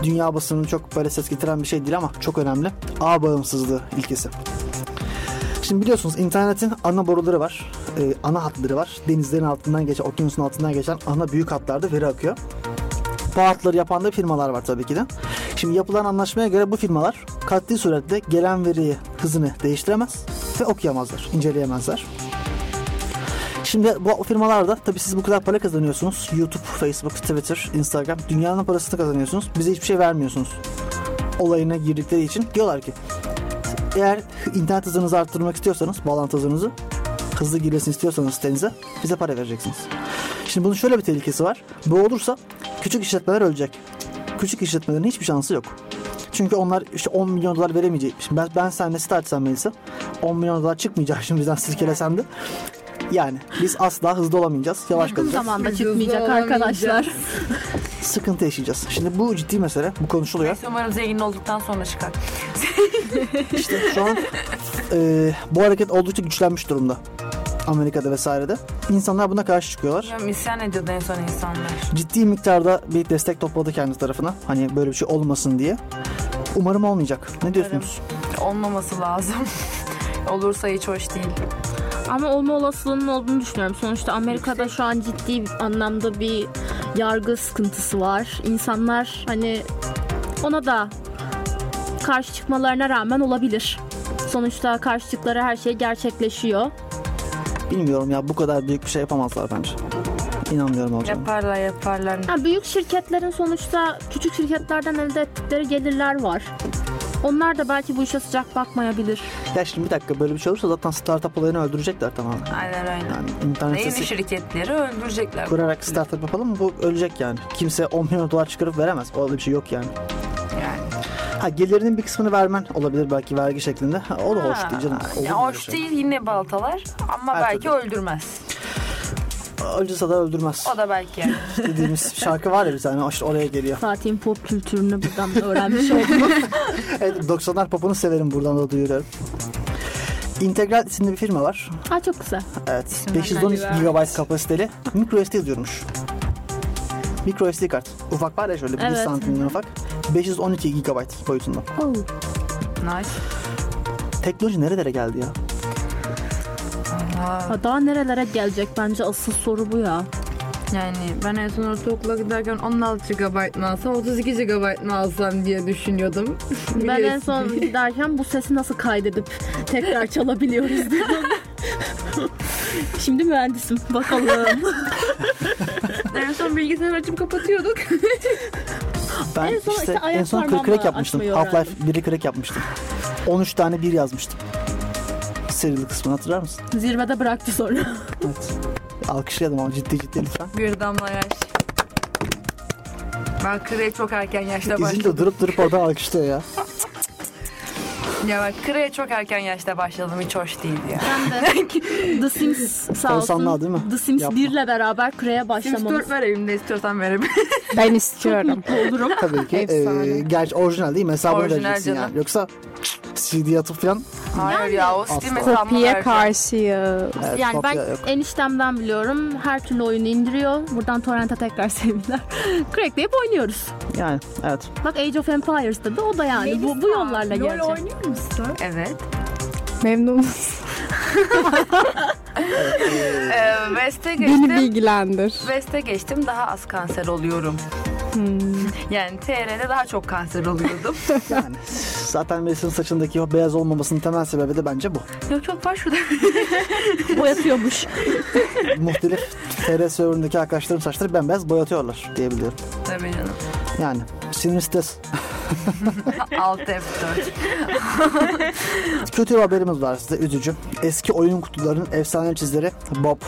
[SPEAKER 3] dünya basının çok böyle ses getiren bir şey değil ama çok önemli. Ağ bağımsızlığı ilkesi. Şimdi biliyorsunuz internetin ana boruları var. Ee, ana hatları var. Denizlerin altından geçen, okyanusun altından geçen ana büyük hatlarda veri akıyor. Bu hatları yapan da firmalar var tabii ki de. Şimdi yapılan anlaşmaya göre bu firmalar katli suretle gelen veriyi hızını değiştiremez ve okuyamazlar, inceleyemezler. Şimdi bu firmalarda tabii siz bu kadar para kazanıyorsunuz. YouTube, Facebook, Twitter, Instagram dünyanın parasını kazanıyorsunuz. Bize hiçbir şey vermiyorsunuz. Olayına girdikleri için diyorlar ki eğer internet hızınızı arttırmak istiyorsanız, bağlantı hızınızı hızlı girilsin istiyorsanız sitenize bize para vereceksiniz. Şimdi bunun şöyle bir tehlikesi var. Bu olursa küçük işletmeler ölecek. Küçük işletmelerin hiçbir şansı yok. Çünkü onlar işte 10 milyon dolar veremeyecek. Şimdi ben, ben seninle site açsam Melisa 10 milyon dolar çıkmayacak şimdi bizden sirkelesem de. Yani biz asla hızlı olamayacağız. Yavaş
[SPEAKER 6] Yakın
[SPEAKER 3] kalacağız.
[SPEAKER 6] zamanda
[SPEAKER 8] Ucuz
[SPEAKER 6] çıkmayacak
[SPEAKER 8] olamayacak.
[SPEAKER 6] arkadaşlar.
[SPEAKER 3] Sıkıntı yaşayacağız. Şimdi bu ciddi mesele. Bu konuşuluyor.
[SPEAKER 4] Neyse, Umarım zengin olduktan sonra çıkar.
[SPEAKER 3] İşte şu an e, bu hareket oldukça güçlenmiş durumda. Amerika'da vesairede. İnsanlar buna karşı çıkıyorlar.
[SPEAKER 4] Bilmiyorum, İsyan ediyordu en son insanlar.
[SPEAKER 3] Ciddi miktarda bir destek topladı kendi tarafına. Hani böyle bir şey olmasın diye. Umarım olmayacak. Ne diyorsunuz?
[SPEAKER 4] Olmaması lazım. Olursa hiç hoş değil.
[SPEAKER 6] Ama olma olasılığının olduğunu düşünüyorum. Sonuçta Amerika'da şu an ciddi anlamda bir yargı sıkıntısı var. İnsanlar hani ona da karşı çıkmalarına rağmen olabilir. Sonuçta karşı çıktıkları her şey gerçekleşiyor.
[SPEAKER 3] Bilmiyorum ya bu kadar büyük bir şey yapamazlar bence. İnanmıyorum olacağını.
[SPEAKER 4] Yaparlar yaparlar.
[SPEAKER 6] Ha, büyük şirketlerin sonuçta küçük şirketlerden elde ettikleri gelirler var. Onlar da belki bu işe sıcak bakmayabilir.
[SPEAKER 3] Ya şimdi bir dakika böyle bir şey olursa zaten startup olayını öldürecekler tamamen.
[SPEAKER 4] Aynen öyle.
[SPEAKER 3] Yani internet
[SPEAKER 4] Yeni
[SPEAKER 3] sitesi
[SPEAKER 4] şirketleri öldürecekler.
[SPEAKER 3] kurarak startup yapalım bu ölecek yani. Kimse 10 milyon dolar çıkarıp veremez. Öyle bir şey yok yani.
[SPEAKER 4] Yani.
[SPEAKER 3] Ha gelirinin bir kısmını vermen olabilir belki vergi şeklinde. Ha, o da hoş değil canım. Olur
[SPEAKER 4] Ya
[SPEAKER 3] mu öyle
[SPEAKER 4] hoş
[SPEAKER 3] şey?
[SPEAKER 4] değil yine baltalar ama
[SPEAKER 3] Her
[SPEAKER 4] belki
[SPEAKER 3] türlü.
[SPEAKER 4] öldürmez.
[SPEAKER 3] acısa da öldürmez
[SPEAKER 4] O da belki.
[SPEAKER 3] dediğimiz şarkı var ya bir tane işte oraya geliyor.
[SPEAKER 6] Fatih'in pop kültürünü buradan öğrenmiş oldum.
[SPEAKER 3] Evet 90'lar popunu severim buradan da duyuruyorum. Integral isimli bir firma var.
[SPEAKER 6] Aa çok güzel.
[SPEAKER 3] Evet. 512 GB kapasiteli microSD yazıyormuş. MicroSD kart. Ufak var ya şöyle bir
[SPEAKER 6] Evet.
[SPEAKER 3] santimden ufak. 512 GB boyutunda.
[SPEAKER 6] Oo.
[SPEAKER 7] Nice.
[SPEAKER 3] Teknoloji nerelere geldi ya?
[SPEAKER 6] Ha, Daha nerelere gelecek bence asıl soru bu ya.
[SPEAKER 7] Yani ben en son ortaokula giderken 16 GB mı alsam 32 GB mı alsam diye düşünüyordum.
[SPEAKER 6] Ben en
[SPEAKER 7] Biliyorsun.
[SPEAKER 6] son giderken bu sesi nasıl kaydedip tekrar çalabiliyoruz diye. Şimdi mühendisim bakalım.
[SPEAKER 7] en son bilgisayar açıp kapatıyorduk.
[SPEAKER 3] Ben
[SPEAKER 6] En son işte ayak
[SPEAKER 3] en son
[SPEAKER 6] parmağımla
[SPEAKER 3] crack yapmıştım.
[SPEAKER 6] açmayı
[SPEAKER 3] Half-Life
[SPEAKER 6] öğrendim.
[SPEAKER 3] 1'i crack yapmıştım. 13 tane 1 yazmıştım. Serili kısmını hatırlar mısın?
[SPEAKER 6] Zirvede bıraktı sonra.
[SPEAKER 3] Evet. Alkışlayalım ama ciddi ciddi lütfen.
[SPEAKER 7] Bir damla yaş. Ben kreye çok erken yaşta
[SPEAKER 3] İzil
[SPEAKER 7] başladım.
[SPEAKER 3] de durup durup orada alkışlıyor ya.
[SPEAKER 4] ya bak kreye çok erken yaşta başladım hiç hoş değil ya.
[SPEAKER 6] Ben de The Sims sağ
[SPEAKER 3] Korsanlar
[SPEAKER 6] olsun.
[SPEAKER 3] değil mi?
[SPEAKER 6] The Sims
[SPEAKER 3] Yapma.
[SPEAKER 6] 1 ile beraber Kre'ye
[SPEAKER 7] Sims
[SPEAKER 6] başlamamız.
[SPEAKER 7] 4 ver evimde istiyorsan verebilirim.
[SPEAKER 2] Ben istiyorum.
[SPEAKER 6] Olurum.
[SPEAKER 3] Tabii ki.
[SPEAKER 2] Efsane.
[SPEAKER 3] Ee, gerçi orijinal değil mi? Hesabını
[SPEAKER 4] Orijinal
[SPEAKER 3] vereceksin
[SPEAKER 4] canım.
[SPEAKER 3] yani. Yoksa CD atıp falan
[SPEAKER 4] Hayır ya o Steam hesabıma
[SPEAKER 2] Kopya
[SPEAKER 4] ver.
[SPEAKER 2] karşıyı.
[SPEAKER 3] Evet,
[SPEAKER 6] yani ben
[SPEAKER 3] kopya yok.
[SPEAKER 6] eniştemden biliyorum. Her türlü oyunu indiriyor. Buradan torrente tekrar sevgiler. Crackleyip oynuyoruz.
[SPEAKER 3] yani evet.
[SPEAKER 6] Bak Age of Empires dedi. O da yani bu, bu
[SPEAKER 8] Melisa,
[SPEAKER 6] yollarla
[SPEAKER 8] LOL
[SPEAKER 6] gelecek.
[SPEAKER 8] oynuyor musun?
[SPEAKER 4] Evet.
[SPEAKER 2] Memnun.
[SPEAKER 4] Ee, West'e
[SPEAKER 2] Beni
[SPEAKER 4] geçtim.
[SPEAKER 2] bilgilendir.
[SPEAKER 4] West'e geçtim daha az kanser oluyorum. Hmm. Yani TR'de daha çok kanser oluyordum.
[SPEAKER 3] Yani zaten Melisa'nın saçındaki o beyaz olmamasının temel sebebi de bence bu.
[SPEAKER 4] yok yok var şurada.
[SPEAKER 6] Boyatıyormuş.
[SPEAKER 3] Muhtelif TR serverındaki arkadaşlarım saçları bembeyaz boyatıyorlar diyebiliyorum.
[SPEAKER 4] Tabii canım.
[SPEAKER 3] Yani sinir stres.
[SPEAKER 4] Alt F4.
[SPEAKER 3] Kötü bir haberimiz var size üzücü. Eski oyun kutularının efsane çizleri Bob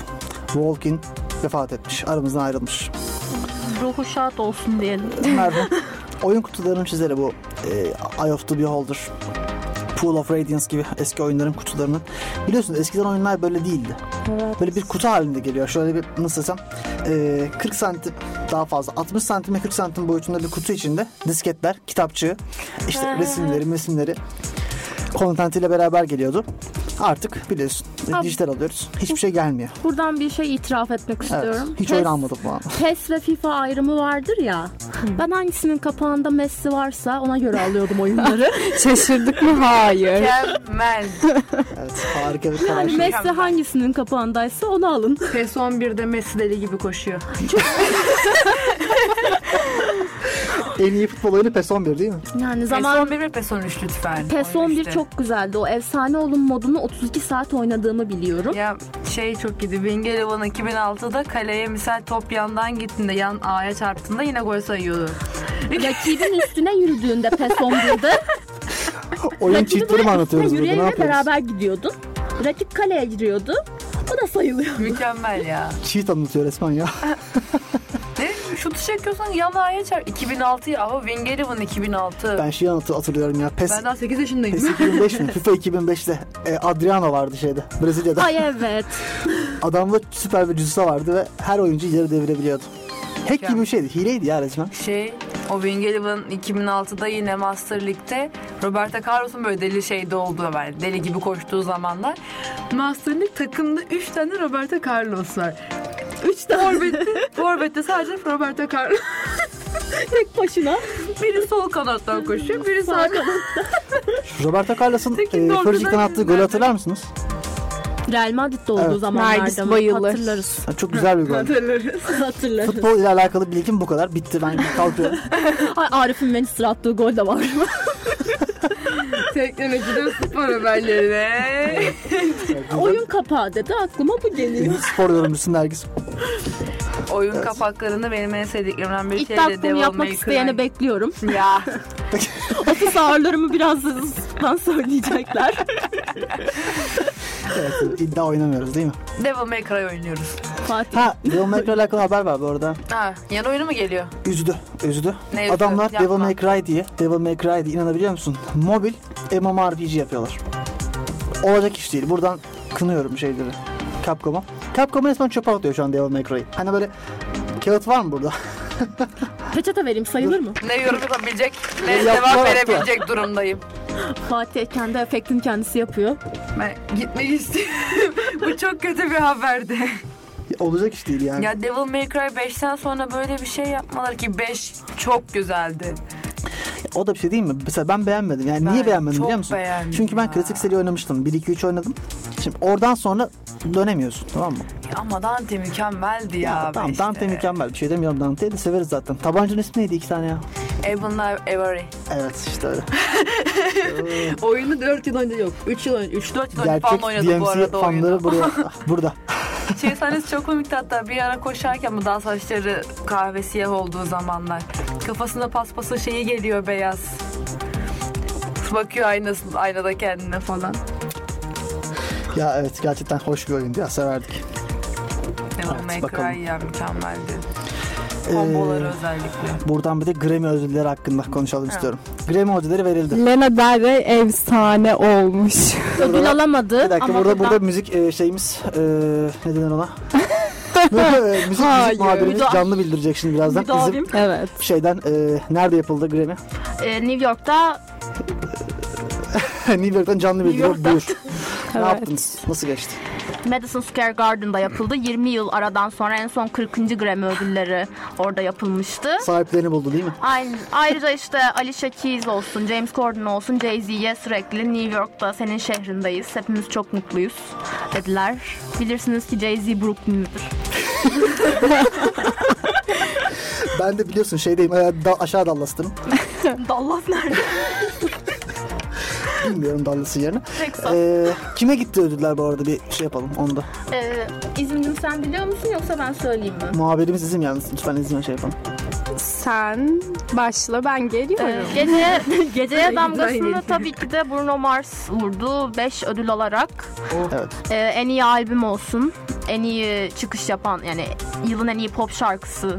[SPEAKER 3] Walkin vefat etmiş. Aramızdan ayrılmış.
[SPEAKER 6] Ruhu şad olsun diyelim.
[SPEAKER 3] Merhaba. oyun kutularının çizleri bu. E, Eye of the Beholder. Pool of Radiance gibi eski oyunların kutularını. Biliyorsunuz eskiden oyunlar böyle değildi. Böyle bir kutu halinde geliyor. Şöyle bir nasıl desem e, 40 santim daha fazla 60 santime 40 santim boyutunda bir kutu içinde disketler, kitapçığı, işte resimleri, resimleri kontentiyle beraber geliyordu. Artık biliyorsun e,
[SPEAKER 6] Abi.
[SPEAKER 3] dijital alıyoruz. Hiçbir şey gelmiyor.
[SPEAKER 6] Buradan bir şey itiraf etmek
[SPEAKER 3] Evet.
[SPEAKER 6] istiyorum.
[SPEAKER 3] Hiç
[SPEAKER 6] PES-
[SPEAKER 3] oynanmadı bu an.
[SPEAKER 6] PES ve FIFA ayrımı vardır ya. Ben hangisinin kapağında Messi varsa ona göre alıyordum oyunları.
[SPEAKER 2] Şaşırdık mı? Hayır.
[SPEAKER 4] Mükemmel.
[SPEAKER 3] Evet harika bir karar.
[SPEAKER 6] yani Messi hangisinin kapağındaysa onu alın.
[SPEAKER 8] PES 11'de Messi deli gibi koşuyor.
[SPEAKER 3] En iyi futbol oyunu PES 11 değil mi?
[SPEAKER 6] Yani
[SPEAKER 4] Zaman...
[SPEAKER 6] zaman
[SPEAKER 4] PES 11 ve PES 13 lütfen.
[SPEAKER 6] PES 11 çok güzeldi. O efsane olun modunu 32 saat oynadığımı biliyorum.
[SPEAKER 4] Ya şey çok iyiydi. Wingelev'ın 2006'da kaleye misal top yandan gittiğinde yan A'ya çarptığında yine gol sayıyordu.
[SPEAKER 6] Rakibin üstüne yürüdüğünde PES 11'de
[SPEAKER 3] Oyun
[SPEAKER 6] rakibin
[SPEAKER 3] çiftleri mi anlatıyoruz burada? Ne
[SPEAKER 6] yürüyenle
[SPEAKER 3] yapıyoruz?
[SPEAKER 6] beraber gidiyordun. Rakip kaleye giriyordu. O da sayılıyor.
[SPEAKER 4] Mükemmel ya.
[SPEAKER 3] Cheat anlatıyor resmen ya.
[SPEAKER 4] Ne? Şutu çekiyorsan yan A'ya çarp. 2006 ya. Ama Wingelev'ın 2006.
[SPEAKER 3] Ben şeyi anlat- hatırlıyorum ya. PES,
[SPEAKER 7] Ben daha 8 yaşındayım.
[SPEAKER 3] PES 2005 mi? FIFA 2005'te e, Adriano vardı şeyde Brezilya'da.
[SPEAKER 6] Ay evet.
[SPEAKER 3] Adamda süper bir cüssü vardı ve her oyuncu yere devirebiliyordu. Hack gibi
[SPEAKER 4] Mükemmel.
[SPEAKER 3] bir şeydi. Hileydi ya resmen.
[SPEAKER 4] Şey o Wingelev'ın 2006'da yine Master League'de Roberto Carlos'un böyle deli şeyde olduğu var. Deli gibi koştuğu zamanlar.
[SPEAKER 7] Master League takımda 3 tane Roberto Carlos var. 3 tane. Forvet'te, Forvet'te sadece Roberto Carlos.
[SPEAKER 6] Tek başına.
[SPEAKER 7] Biri sol kanattan koşuyor, biri sağ kanattan.
[SPEAKER 3] Roberto Carlos'un e,
[SPEAKER 7] Tekin de ortadan
[SPEAKER 3] Fırçık'tan attığı golü
[SPEAKER 7] nerede?
[SPEAKER 3] hatırlar mısınız?
[SPEAKER 6] Real Madrid'de olduğu
[SPEAKER 3] Evet.
[SPEAKER 2] Nergis
[SPEAKER 6] zamanlarda mı?
[SPEAKER 2] bayılır.
[SPEAKER 6] Hatırlarız.
[SPEAKER 3] Ha, çok güzel bir gol.
[SPEAKER 6] Hatırlarız.
[SPEAKER 3] Futbol ile alakalı bilgim bu kadar. Bitti ben kalkıyorum.
[SPEAKER 6] Ay, Arif'in Manchester attığı gol de var.
[SPEAKER 7] Teknolojiden spor haberlerine.
[SPEAKER 6] Oyun kapağı dedi aklıma bu geliyor.
[SPEAKER 3] Spor yorumcusu Nergis.
[SPEAKER 4] Oyun kapaklarını benim en sevdiklerimden biri
[SPEAKER 6] İddia
[SPEAKER 4] şeydi.
[SPEAKER 6] kutumu
[SPEAKER 4] Devil
[SPEAKER 6] yapmak
[SPEAKER 4] May Cry.
[SPEAKER 6] isteyeni bekliyorum.
[SPEAKER 4] Ya.
[SPEAKER 6] Ofis ağırlarımı birazdan söyleyecekler.
[SPEAKER 3] Evet, iddia oynamıyoruz değil mi?
[SPEAKER 4] Devil May Cry oynuyoruz.
[SPEAKER 6] Fatih.
[SPEAKER 3] Ha, Devil May Cry ile alakalı haber var bu arada.
[SPEAKER 4] Ha, yan oyunu mu geliyor?
[SPEAKER 3] Üzdü, üzdü.
[SPEAKER 4] Ne üzdü?
[SPEAKER 3] Adamlar
[SPEAKER 4] Yapma.
[SPEAKER 3] Devil May Cry diye, Devil May Cry diye inanabiliyor musun? Mobil MMORPG yapıyorlar. Olacak iş değil. Buradan kınıyorum şeyleri. Capcom'a. Capcom resmen çöpe atıyor şu an Devil May Cry'i. Hani böyle kağıt var mı burada?
[SPEAKER 6] Peçete vereyim sayılır mı?
[SPEAKER 4] Ne yorum yapabilecek ne
[SPEAKER 3] Yaptılar,
[SPEAKER 4] cevap
[SPEAKER 3] yaptılar.
[SPEAKER 4] verebilecek durumdayım.
[SPEAKER 6] Fatih kendi efektini kendisi yapıyor.
[SPEAKER 4] Ben gitmek istiyorum. Bu çok kötü bir haberdi.
[SPEAKER 3] Olacak iş değil yani.
[SPEAKER 4] Ya Devil May Cry 5'ten sonra böyle bir şey yapmaları ki 5 çok güzeldi.
[SPEAKER 3] O da bir şey değil mi? Mesela ben beğenmedim. Yani niye
[SPEAKER 4] Ben
[SPEAKER 3] beğenmedim
[SPEAKER 4] çok
[SPEAKER 3] biliyor musun?
[SPEAKER 4] beğendim
[SPEAKER 3] Çünkü ben
[SPEAKER 4] ya.
[SPEAKER 3] klasik seri oynamıştım. 1 2 3 oynadım. Şimdi oradan sonra dönemiyorsun tamam mı?
[SPEAKER 4] Ama Dante mükemmeldi ya.
[SPEAKER 3] tamam
[SPEAKER 4] beşte.
[SPEAKER 3] Dante mükemmel. Bir şey demiyorum Dante'yi de severiz zaten. Tabancanın ismi neydi iki tane ya?
[SPEAKER 4] Evan'la Avery.
[SPEAKER 3] Evet işte öyle.
[SPEAKER 8] Oyunu 4 yıl önce yok. 3 yıl önce.
[SPEAKER 4] 3-4 yıl önce falan
[SPEAKER 3] Gerçek
[SPEAKER 4] Hani oynadı bu
[SPEAKER 3] DMC
[SPEAKER 4] arada oyunu.
[SPEAKER 3] fanları buraya, burada.
[SPEAKER 4] Şey sahnesi çok komikti hatta bir ara koşarken bu daha saçları kahve siyah olduğu zamanlar. Kafasında paspasın şeyi geliyor beyaz. Bakıyor aynası, aynada kendine falan.
[SPEAKER 3] Ya evet gerçekten hoş bir oyundu ya severdik.
[SPEAKER 4] Devil May
[SPEAKER 3] bakalım.
[SPEAKER 4] Cry ya mükemmeldi.
[SPEAKER 3] Ee,
[SPEAKER 4] Komboları özellikle.
[SPEAKER 3] Buradan bir de Grammy ödülleri hakkında konuşalım istiyorum. Grammy ödülleri verildi.
[SPEAKER 2] Lana Del Rey efsane olmuş.
[SPEAKER 6] Ödül alamadı
[SPEAKER 3] Bir dakika
[SPEAKER 6] ama
[SPEAKER 3] burada,
[SPEAKER 6] buradan-
[SPEAKER 3] burada müzik e, şeyimiz e, ne denir ona? e, müzik müzik muhabirimiz
[SPEAKER 6] Müda-
[SPEAKER 3] canlı bildirecek şimdi birazdan. Bizim
[SPEAKER 6] Müdavim.
[SPEAKER 2] evet.
[SPEAKER 3] şeyden e, nerede yapıldı Grammy?
[SPEAKER 6] Ee, New York'ta
[SPEAKER 3] New York'tan canlı bildiriyor.
[SPEAKER 6] York'tan.
[SPEAKER 3] Buyur. Ne
[SPEAKER 2] Evet.
[SPEAKER 3] yaptınız? Nasıl geçti?
[SPEAKER 6] Madison Square Garden'da yapıldı. 20 yıl aradan sonra en son 40. Grammy ödülleri orada yapılmıştı.
[SPEAKER 3] Sahiplerini buldu değil mi?
[SPEAKER 6] Aynı, ayrıca işte Alicia Keys olsun, James Corden olsun, Jay-Z'ye sürekli New York'ta senin şehrindeyiz. Hepimiz çok mutluyuz dediler. Bilirsiniz ki Jay-Z Brooklyn'lidir.
[SPEAKER 3] Ben de biliyorsun şeydeyim e, da, aşağı Dallas'tım.
[SPEAKER 6] Dallas nerede?
[SPEAKER 3] Bilmiyorum Dallas'ın yerini.
[SPEAKER 6] Texas.
[SPEAKER 3] E, kime gitti ödüller bu arada bir şey yapalım onu da.
[SPEAKER 6] Ee, İzmir'im sen biliyor musun yoksa ben söyleyeyim mi?
[SPEAKER 3] Muhabirimiz izin yalnız lütfen izin şey yapalım.
[SPEAKER 2] Sen başla ben geliyorum.
[SPEAKER 6] Ee, gece geceye damgasını tabii ki de Bruno Mars vurdu 5 ödül alarak.
[SPEAKER 3] Evet.
[SPEAKER 6] Ee, en iyi albüm olsun. En iyi çıkış yapan yani yılın en iyi pop şarkısı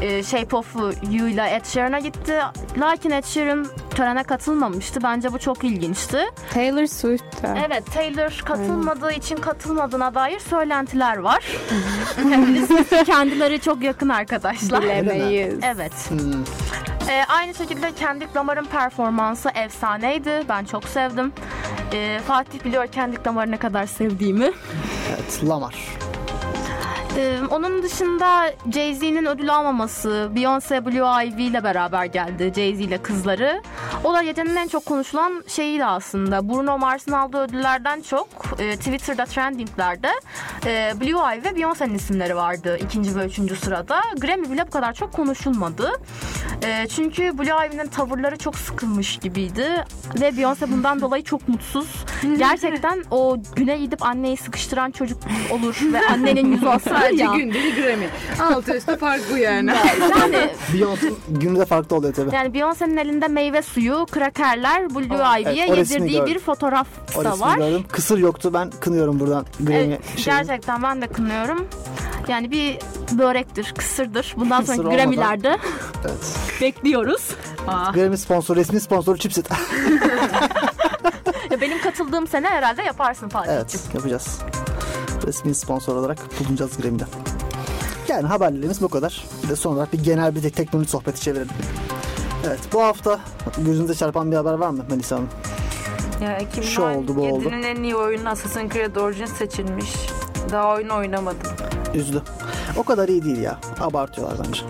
[SPEAKER 6] e, Shape of You ile Ed Sheeran'a gitti. Lakin Ed Sheeran törene katılmamıştı. Bence bu çok ilginçti.
[SPEAKER 2] Taylor Swift de.
[SPEAKER 6] Evet Taylor katılmadığı için katılmadığına dair söylentiler var. Yani biz- kendileri çok yakın arkadaşlar.
[SPEAKER 2] Bilemeyiz.
[SPEAKER 6] Evet.
[SPEAKER 3] Hmm.
[SPEAKER 6] Ee, aynı şekilde Kendrick Lamar'ın performansı efsaneydi. Ben çok sevdim. Ee, Fatih biliyor Kendrick Lamar'ı ne kadar sevdiğimi.
[SPEAKER 3] Evet Lamar.
[SPEAKER 6] Ee, onun dışında Jay-Z'nin ödül almaması, Beyoncé Blue Ivy ile beraber geldi Jay-Z ile kızları. O da gecenin en çok konuşulan şeyiydi aslında. Bruno Mars'ın aldığı ödüllerden çok e, Twitter'da trendinglerde e, Blue Ivy ve Beyoncé'nin isimleri vardı ikinci ve üçüncü sırada. Grammy bile bu kadar çok konuşulmadı. E, çünkü Blue Ivy'nin tavırları çok sıkılmış gibiydi ve Beyoncé bundan dolayı çok mutsuz. Gerçekten o güne gidip anneyi sıkıştıran çocuk olur ve annenin yüzü asılır
[SPEAKER 8] Sadece
[SPEAKER 6] ya.
[SPEAKER 8] günde bir Grammy. Altı üstü fark bu yani.
[SPEAKER 6] Yani,
[SPEAKER 3] Beyoncé'nin günü de farklı oluyor tabii.
[SPEAKER 6] yani Beyoncé'nin elinde meyve suyu, krakerler Blue Ivy'ye
[SPEAKER 3] evet, o resmi
[SPEAKER 6] yedirdiği
[SPEAKER 3] gördüm.
[SPEAKER 6] bir fotoğraf
[SPEAKER 3] O
[SPEAKER 6] da
[SPEAKER 3] resmi
[SPEAKER 6] var.
[SPEAKER 3] gördüm. Kısır yoktu ben kınıyorum buradan Grammy
[SPEAKER 6] Evet,
[SPEAKER 3] şeyini.
[SPEAKER 6] gerçekten ben de kınıyorum. Yani bir börektir, kısırdır. Bundan
[SPEAKER 3] Kısır
[SPEAKER 6] sonraki Grammy'lerde
[SPEAKER 3] Evet.
[SPEAKER 6] bekliyoruz.
[SPEAKER 3] Grammy sponsor, resmi sponsoru Chipset.
[SPEAKER 6] Ya Benim katıldığım sene herhalde yaparsın Fatih.
[SPEAKER 3] evet yapacağız. Resmi sponsor olarak bulunacağız Grammy'de. Yani haberlerimiz bu kadar. Bir de son olarak bir genel bir de teknoloji sohbeti çevirelim. Evet bu hafta gözünüze çarpan bir haber var mı Melisa Hanım?
[SPEAKER 4] Ya
[SPEAKER 3] Şu oldu, bu oldu.
[SPEAKER 4] 2007'nin en iyi oyunu Assassin's Creed Origins seçilmiş. Daha oyunu oynamadım.
[SPEAKER 3] Üzdü. O kadar iyi değil ya. Abartıyorlar bence.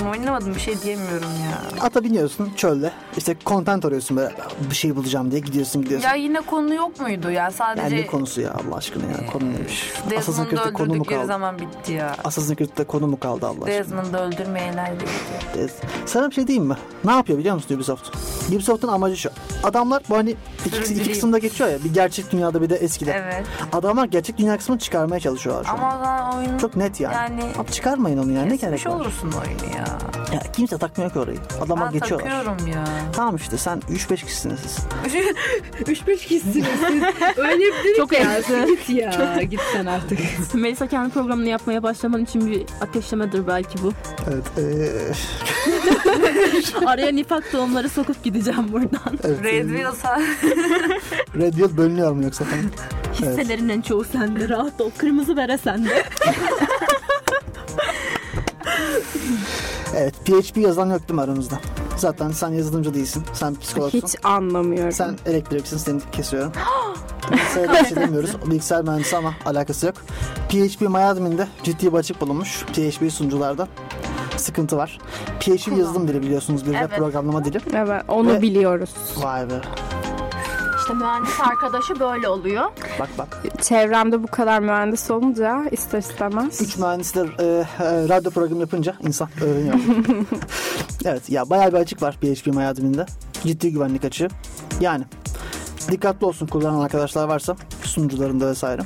[SPEAKER 4] Ama Oynamadım bir şey diyemiyorum ya.
[SPEAKER 3] Ata biniyorsun çölde. İşte content arıyorsun böyle bir şey bulacağım diye gidiyorsun gidiyorsun.
[SPEAKER 4] Ya yine konu yok muydu ya?
[SPEAKER 3] Yani
[SPEAKER 4] Sadece
[SPEAKER 3] ne konusu ya Allah aşkına ya konu neymiş? Assassin's
[SPEAKER 4] Ee, Desmond'u
[SPEAKER 3] Creed'de konu mu
[SPEAKER 4] öldürdükleri
[SPEAKER 3] kaldı?
[SPEAKER 4] zaman bitti ya.
[SPEAKER 3] Assassin's Creed'de konu mu kaldı Allah aşkına?
[SPEAKER 4] Desmond'u öldürmeyenler bitti.
[SPEAKER 3] Des- Sana bir şey diyeyim mi? Ne yapıyor biliyor musun Ubisoft? Ubisoft'un amacı şu. Adamlar bu hani iki, iki
[SPEAKER 4] Sürücüleyim.
[SPEAKER 3] kısımda geçiyor ya. Bir gerçek dünyada bir de eskide.
[SPEAKER 4] Evet.
[SPEAKER 3] Adamlar gerçek dünya kısmını çıkarmaya çalışıyorlar şu an.
[SPEAKER 4] Ama ben oyunu
[SPEAKER 3] Çok net yani.
[SPEAKER 4] Yani-
[SPEAKER 3] Abi çıkarmayın onu yani. Ne gerek
[SPEAKER 4] kesmiş
[SPEAKER 3] var?
[SPEAKER 4] olursun oyunu ya.
[SPEAKER 3] Ya kimse takmıyor ki orayı. Adamlar
[SPEAKER 4] ben
[SPEAKER 3] geçiyorlar.
[SPEAKER 4] takıyorum ya.
[SPEAKER 3] Tamam işte sen 3-5 kişisiniz siz.
[SPEAKER 8] 3-5 kişisiniz siz. Öyle bir dedik
[SPEAKER 6] Çok
[SPEAKER 8] ya.
[SPEAKER 6] eğlenceli.
[SPEAKER 8] Git ya. Git sen artık.
[SPEAKER 6] Melisa kendi programını yapmaya başlaman için bir ateşlemedir belki bu.
[SPEAKER 3] Evet. ee, eee,
[SPEAKER 6] Araya nifak doğumları
[SPEAKER 3] Ee,
[SPEAKER 6] sokup gideceğim buradan.
[SPEAKER 3] evet.
[SPEAKER 4] Red Wheel sa-
[SPEAKER 3] Red Bull bölünüyor mu yoksa? falan?
[SPEAKER 8] Hisselerinin çoğu sende. Rahat ol. Kırmızı bere sende.
[SPEAKER 3] Evet PHP yazan yok değil mi aramızda? Zaten sen yazılımcı değilsin. Sen psikologsun.
[SPEAKER 2] Hiç anlamıyorum.
[SPEAKER 3] Sen elektriksin seni kesiyorum. Bilgisayara bir şey demiyoruz. Bilgisayar mühendisi ama alakası yok. PHP MyAdmin'de ciddi bir açık bulunmuş. PHP sunucularda sıkıntı var. PHP yazılım dili biliyorsunuz bir de programlama dili.
[SPEAKER 2] Evet, onu
[SPEAKER 3] Ve-
[SPEAKER 2] biliyoruz.
[SPEAKER 3] Vay be.
[SPEAKER 6] İşte mühendis arkadaşı böyle oluyor.
[SPEAKER 3] Bak bak.
[SPEAKER 2] Çevremde bu kadar mühendis olunca ister istemez.
[SPEAKER 3] Üç mühendisler e, e, radyo programı yapınca insan öğreniyor. evet ya bayağı bir açık var PHP MyAdmin'de. Ciddi güvenlik açığı. Yani dikkatli olsun kullanan arkadaşlar varsa sunucularında vesaire.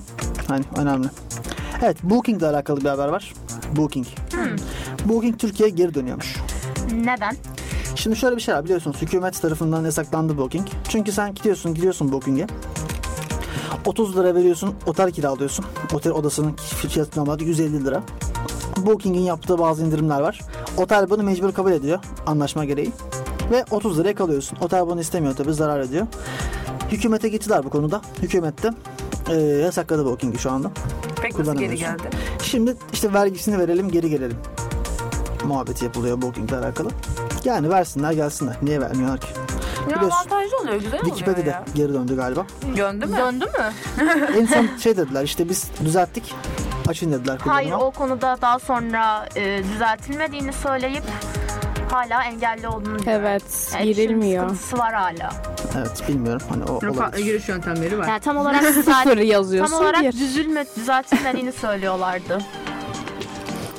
[SPEAKER 3] Hani önemli. Evet Booking ile alakalı bir haber var. Booking. Booking Türkiye'ye geri dönüyormuş.
[SPEAKER 6] Neden?
[SPEAKER 3] Şimdi şöyle bir şey var biliyorsunuz hükümet tarafından yasaklandı Booking. Çünkü sen gidiyorsun gidiyorsun Booking'e. 30 lira veriyorsun otel kiralıyorsun. Otel odasının fiyatı normalde 150 lira. Booking'in yaptığı bazı indirimler var. Otel bunu mecbur kabul ediyor anlaşma gereği. Ve 30 liraya kalıyorsun. Otel bunu istemiyor tabii zarar ediyor. Hükümete gittiler bu konuda. Hükümet de eee, yasakladı Booking'i şu anda.
[SPEAKER 9] Pek nasıl geri
[SPEAKER 3] Kullanamıyorsun.
[SPEAKER 9] geldi?
[SPEAKER 3] Şimdi işte vergisini verelim geri gelelim. Muhabbeti yapılıyor Booking'le alakalı. Yani versinler gelsinler. Niye vermiyorlar ki?
[SPEAKER 9] Ya
[SPEAKER 3] Biliyorsun
[SPEAKER 9] avantajlı oluyor, güzel oluyor
[SPEAKER 3] Wikipedia'da
[SPEAKER 9] ya.
[SPEAKER 3] geri döndü galiba.
[SPEAKER 9] Döndü mü?
[SPEAKER 6] Döndü mü?
[SPEAKER 3] en son şey dediler işte biz düzelttik. Açın dediler
[SPEAKER 6] Hayır
[SPEAKER 3] kullanıma.
[SPEAKER 6] o konuda daha sonra e, düzeltilmediğini söyleyip hala engelli olduğunu
[SPEAKER 2] Evet,
[SPEAKER 6] Yani işin
[SPEAKER 2] girilmiyor.
[SPEAKER 6] sıkıntısı var hala.
[SPEAKER 3] Evet bilmiyorum hani o
[SPEAKER 10] Röportaj
[SPEAKER 3] olabilir.
[SPEAKER 10] giriş yöntemleri var.
[SPEAKER 6] Yani tam olarak
[SPEAKER 2] Sıfır
[SPEAKER 6] düzelt, tam
[SPEAKER 2] yazıyorsun.
[SPEAKER 6] olarak
[SPEAKER 2] bir.
[SPEAKER 6] düzülme, düzeltilmediğini söylüyorlardı.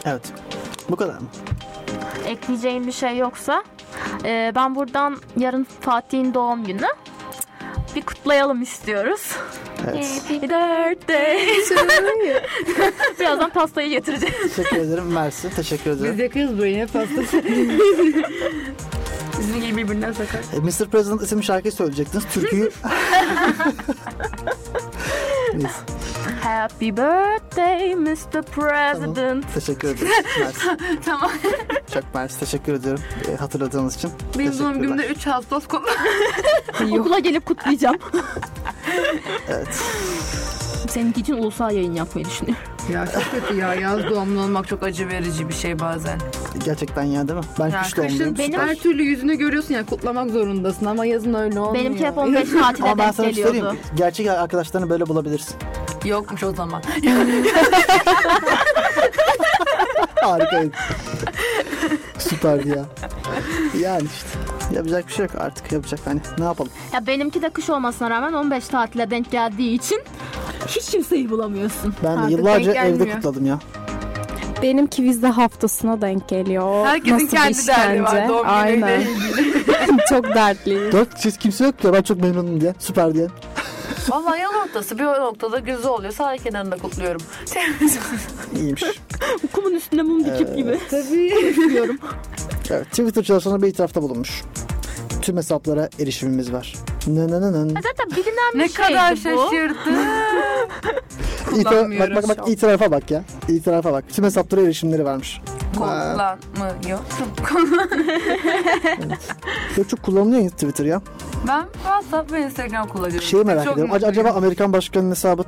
[SPEAKER 3] Evet. Bu kadar mı?
[SPEAKER 6] ekleyeceğim bir şey yoksa e, ben buradan yarın Fatih'in doğum günü bir kutlayalım istiyoruz.
[SPEAKER 3] Evet.
[SPEAKER 6] Birazdan pastayı getireceğim.
[SPEAKER 3] teşekkür ederim. Mersi. Teşekkür ederim.
[SPEAKER 10] Biz yakıyoruz burayı hep hastası. Bizim gibi birbirinden sakar.
[SPEAKER 3] E, Mr. President isimli şarkıyı söyleyecektiniz. Türküyü Neyse,
[SPEAKER 6] Happy birthday Mr. President.
[SPEAKER 3] teşekkür ederim. Mersi.
[SPEAKER 10] Tamam.
[SPEAKER 3] Çok mersi. Teşekkür ediyorum e, hatırladığınız için.
[SPEAKER 10] Benim doğum
[SPEAKER 3] Teşekkürler.
[SPEAKER 10] günümde 3 Ağustos kutlu.
[SPEAKER 8] Okula gelip kutlayacağım.
[SPEAKER 3] Evet.
[SPEAKER 8] Seninki için ulusal yayın yapmayı düşünüyorum.
[SPEAKER 10] Ya çok kötü ya. Yaz doğumlu olmak çok acı verici bir şey bazen.
[SPEAKER 3] Gerçekten ya değil mi? Ben
[SPEAKER 10] Ya
[SPEAKER 3] kış
[SPEAKER 10] kışın
[SPEAKER 3] doğumluyum.
[SPEAKER 10] benim
[SPEAKER 3] süper.
[SPEAKER 10] her türlü yüzünü görüyorsun ya kutlamak zorundasın ama yazın öyle olmuyor.
[SPEAKER 6] Benimki hep 15 tatile
[SPEAKER 3] Ama ben
[SPEAKER 6] denk
[SPEAKER 3] sana bir şey söyleyeyim.
[SPEAKER 6] geliyordu.
[SPEAKER 3] Gerçek arkadaşlarını böyle bulabilirsin.
[SPEAKER 4] Yokmuş o zaman.
[SPEAKER 3] Harikaydı. Süperdi ya. Yani işte. Yapacak bir şey yok artık yapacak hani ne yapalım.
[SPEAKER 8] Ya benimki de kış olmasına rağmen 15 tatile denk geldiği için hiç kimseyi bulamıyorsun.
[SPEAKER 3] Ben de
[SPEAKER 10] Artık
[SPEAKER 3] yıllarca
[SPEAKER 10] denk gelmiyor.
[SPEAKER 3] evde kutladım ya.
[SPEAKER 2] Benimki vize haftasına denk geliyor. O
[SPEAKER 9] Herkesin
[SPEAKER 2] nasıl bir
[SPEAKER 9] kendi derdi var,
[SPEAKER 2] işkence?
[SPEAKER 9] doğum günüyle
[SPEAKER 2] Aynen. Çok dertliyim.
[SPEAKER 3] Dört kişi kimse yok ya ben çok memnunum diye süper diye.
[SPEAKER 4] Vallahi yol ortası bir noktada güzel oluyor. Sahil kenarında kutluyorum.
[SPEAKER 3] İyiymiş.
[SPEAKER 8] Kumun üstünde mum dikip gibi.
[SPEAKER 3] Evet, Twitter çalışanı bir itirafta bulunmuş. Tüm hesaplara erişimimiz var. Nınınının.
[SPEAKER 6] Zaten bilinen bir
[SPEAKER 4] Ne
[SPEAKER 6] şeydi
[SPEAKER 4] kadar
[SPEAKER 6] bu.
[SPEAKER 4] şaşırdı.
[SPEAKER 3] İtiraf, bak bak bak itirafa bak ya. İtirafa bak. Tüm hesaplara erişimleri varmış.
[SPEAKER 9] Kullanmıyor.
[SPEAKER 3] Yok çok kullanılıyor Twitter ya.
[SPEAKER 4] Ben WhatsApp ve Instagram kullanıyorum.
[SPEAKER 3] Şeyi merak ediyorum. Ac-
[SPEAKER 4] mutluyum.
[SPEAKER 3] acaba Amerikan Başkanı'nın hesabı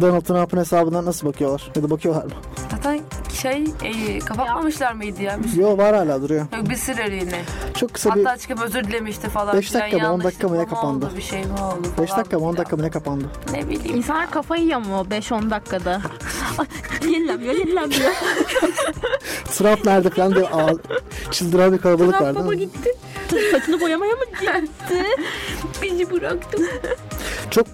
[SPEAKER 3] Donald Trump'ın hesabından nasıl bakıyorlar? Ya da bakıyorlar mı?
[SPEAKER 4] Zaten şey e, kapatmamışlar mıydı ya?
[SPEAKER 3] Yo var hala duruyor.
[SPEAKER 4] Yok bir süreliğine.
[SPEAKER 3] Çok kısa bir
[SPEAKER 4] Hatta çıkıp özür dilemişti falan.
[SPEAKER 3] Beş
[SPEAKER 4] filan.
[SPEAKER 3] dakika mı, on
[SPEAKER 4] Yanlışlıkla
[SPEAKER 3] dakika mı ne
[SPEAKER 4] mı
[SPEAKER 3] kapandı?
[SPEAKER 4] Oldu, bir şey mi oldu
[SPEAKER 3] 5
[SPEAKER 4] falan
[SPEAKER 3] dakika mı 10
[SPEAKER 4] filan.
[SPEAKER 3] dakika mı ne kapandı?
[SPEAKER 4] Ne bileyim.
[SPEAKER 8] İnsanlar kafayı yiyor mu 5-10 dakikada? yenilenmiyor, yenilenmiyor.
[SPEAKER 3] Trump nerede falan diye ağ- çıldıran bir kalabalık vardı. ama
[SPEAKER 8] Saçını boyamaya mı gitti? Bizi bıraktı.
[SPEAKER 3] Çok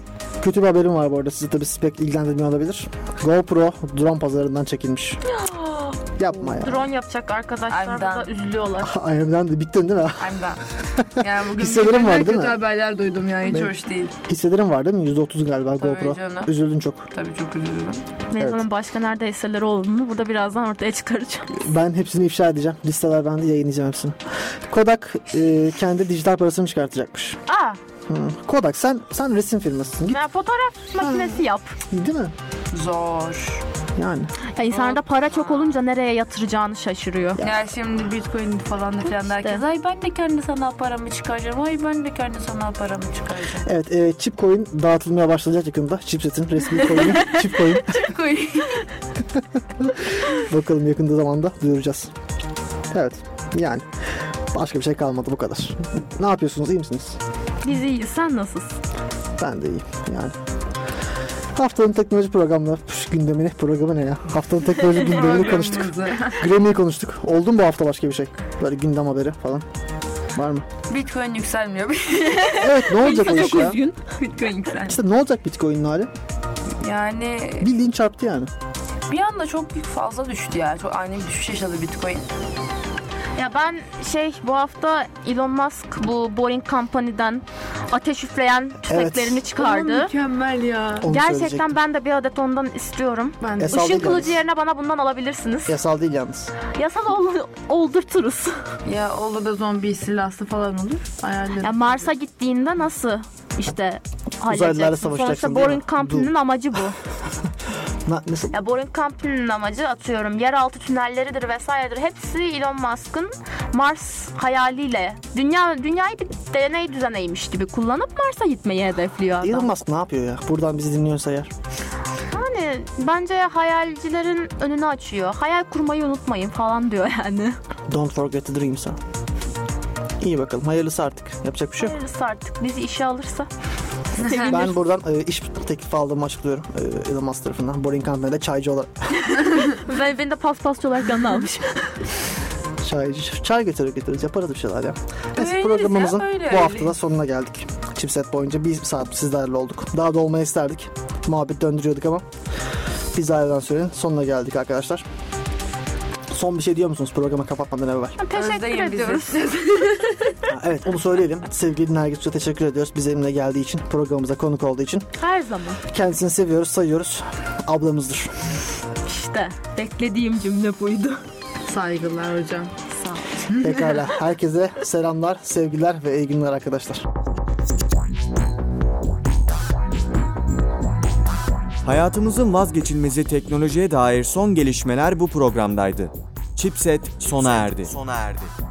[SPEAKER 3] kötü bir haberim var bu arada. Sizi tabii siz pek ilgilendirmiyor olabilir. GoPro drone pazarından çekilmiş. Yapma ya.
[SPEAKER 6] Drone yapacak arkadaşlar
[SPEAKER 4] Aynen.
[SPEAKER 6] da üzülüyorlar.
[SPEAKER 3] Aynen de bittin değil mi?
[SPEAKER 4] I'm done.
[SPEAKER 9] Yani bugün
[SPEAKER 3] Hisselerim var değil
[SPEAKER 10] kötü
[SPEAKER 3] mi?
[SPEAKER 10] haberler duydum ya. Hiç
[SPEAKER 3] Ben-
[SPEAKER 10] hoş değil.
[SPEAKER 3] Hisselerim var değil mi? %30 galiba
[SPEAKER 9] Tabii
[SPEAKER 3] GoPro.
[SPEAKER 9] canım.
[SPEAKER 3] Üzüldün çok.
[SPEAKER 9] tabii çok üzüldüm.
[SPEAKER 8] Mezunun başka nerede eserleri olduğunu burada birazdan ortaya çıkaracağım.
[SPEAKER 3] Ben hepsini ifşa edeceğim. Listeler bende yayınlayacağım hepsini. Kodak e, kendi dijital parasını çıkartacakmış.
[SPEAKER 6] Aa,
[SPEAKER 3] Hı. Kodak sen sen resim firmasısın.
[SPEAKER 6] ben fotoğraf makinesi yap.
[SPEAKER 3] Değil mi?
[SPEAKER 9] Zor.
[SPEAKER 3] Yani.
[SPEAKER 6] Ya insanlarda para çok olunca nereye yatıracağını şaşırıyor.
[SPEAKER 4] Yani şimdi bitcoin falan da filan derken ay ben de kendi sanal paramı çıkaracağım. Ay ben de kendi sanal paramı çıkaracağım.
[SPEAKER 3] Evet, e, chip coin dağıtılmaya başlanacak yakında. Chipset'in resmi coin'i chip coin. Bakalım yakında zamanda duyuracağız. Evet, yani başka bir şey kalmadı bu kadar. Ne yapıyorsunuz, iyi misiniz?
[SPEAKER 6] Biz iyiyiz. Sen nasılsın?
[SPEAKER 3] Ben de iyiyim yani. Haftanın teknoloji programı gündemini programı ne ya? Haftanın teknoloji gündemini konuştuk. Grammy'yi konuştuk. Oldu mu bu hafta başka bir şey? Böyle gündem haberi falan. Var mı?
[SPEAKER 4] Bitcoin yükselmiyor.
[SPEAKER 3] Evet ne olacak o iş ya?
[SPEAKER 8] Bitcoin yükseldi.
[SPEAKER 3] İşte ne olacak Bitcoin'in hali?
[SPEAKER 4] yani
[SPEAKER 3] Bildiğin çarptı yani.
[SPEAKER 4] bir anda çok fazla düştü ya. Çok ani bir düşüş yaşadı bitcoin.
[SPEAKER 6] Ya ben şey bu hafta Elon Musk bu Boring Company'den ateş üfleyen tüfeklerini çıkardı.
[SPEAKER 8] Mükemmel ya.
[SPEAKER 3] Onu
[SPEAKER 6] Gerçekten
[SPEAKER 3] söyleyecektim.
[SPEAKER 6] ben de bir adet ondan istiyorum.
[SPEAKER 8] Ben
[SPEAKER 3] Yasal
[SPEAKER 6] Işın
[SPEAKER 3] değil yalnız.
[SPEAKER 6] kılıcı yerine bana bundan alabilirsiniz.
[SPEAKER 3] Yasal değil yalnız.
[SPEAKER 6] Yasal ol- oldurturuz.
[SPEAKER 8] Ya olur da zombi silahsı falan olur. Hayal
[SPEAKER 6] Ya Mars'a gittiğinde nasıl işte halledeceksin?
[SPEAKER 3] savaşacaksın
[SPEAKER 6] Sonuçta
[SPEAKER 3] değil mi?
[SPEAKER 6] Boring Company'nin amacı bu.
[SPEAKER 3] Na, nasıl?
[SPEAKER 6] Ya Boring Company'nin amacı atıyorum yeraltı tünelleridir vesairedir. Hepsi Elon Musk'ın Mars hayaliyle dünya dünyayı bir deney düzeneymiş gibi kullanıp Mars'a gitmeyi hedefliyor adam.
[SPEAKER 3] Elon Musk ne yapıyor ya? Buradan bizi dinliyorsa eğer.
[SPEAKER 6] Yani bence hayalcilerin önünü açıyor. Hayal kurmayı unutmayın falan diyor yani.
[SPEAKER 3] Don't forget the dreams ha. İyi bakalım. Hayırlısı artık. Yapacak bir şey yok.
[SPEAKER 6] Hayırlısı artık bizi işe alırsa.
[SPEAKER 3] Ben buradan e, iş teklifi aldığımı açıklıyorum. E, Elon Musk tarafından. Boring Company'de çaycı olarak.
[SPEAKER 6] Ben, beni de paspasçı olarak yanına almış.
[SPEAKER 3] Çay, çay götürür getiririz. Yaparız bir şeyler ya. Neyse
[SPEAKER 4] Öyleriz
[SPEAKER 3] programımızın
[SPEAKER 4] ya, öyle
[SPEAKER 3] bu
[SPEAKER 4] öyle.
[SPEAKER 3] hafta da sonuna geldik. Chipset boyunca bir saat sizlerle olduk. Daha da olmayı isterdik. Muhabbet döndürüyorduk ama. Biz ayrılan sürenin sonuna geldik arkadaşlar. Son bir şey diyor musunuz programı kapatmadan evvel?
[SPEAKER 6] Teşekkür
[SPEAKER 4] Özleyin bizi.
[SPEAKER 6] ediyoruz.
[SPEAKER 3] Ha, evet onu söyleyelim. Sevgili Nergis Uç'a teşekkür ediyoruz. Bizimle geldiği için, programımıza konuk olduğu için.
[SPEAKER 6] Her zaman.
[SPEAKER 3] Kendisini seviyoruz, sayıyoruz. Ablamızdır.
[SPEAKER 6] İşte beklediğim cümle buydu.
[SPEAKER 8] Saygılar hocam.
[SPEAKER 3] Pekala. Herkese selamlar, sevgiler ve iyi günler arkadaşlar.
[SPEAKER 1] Hayatımızın vazgeçilmezi teknolojiye dair son gelişmeler bu programdaydı. Chipset sona erdi. Sona erdi.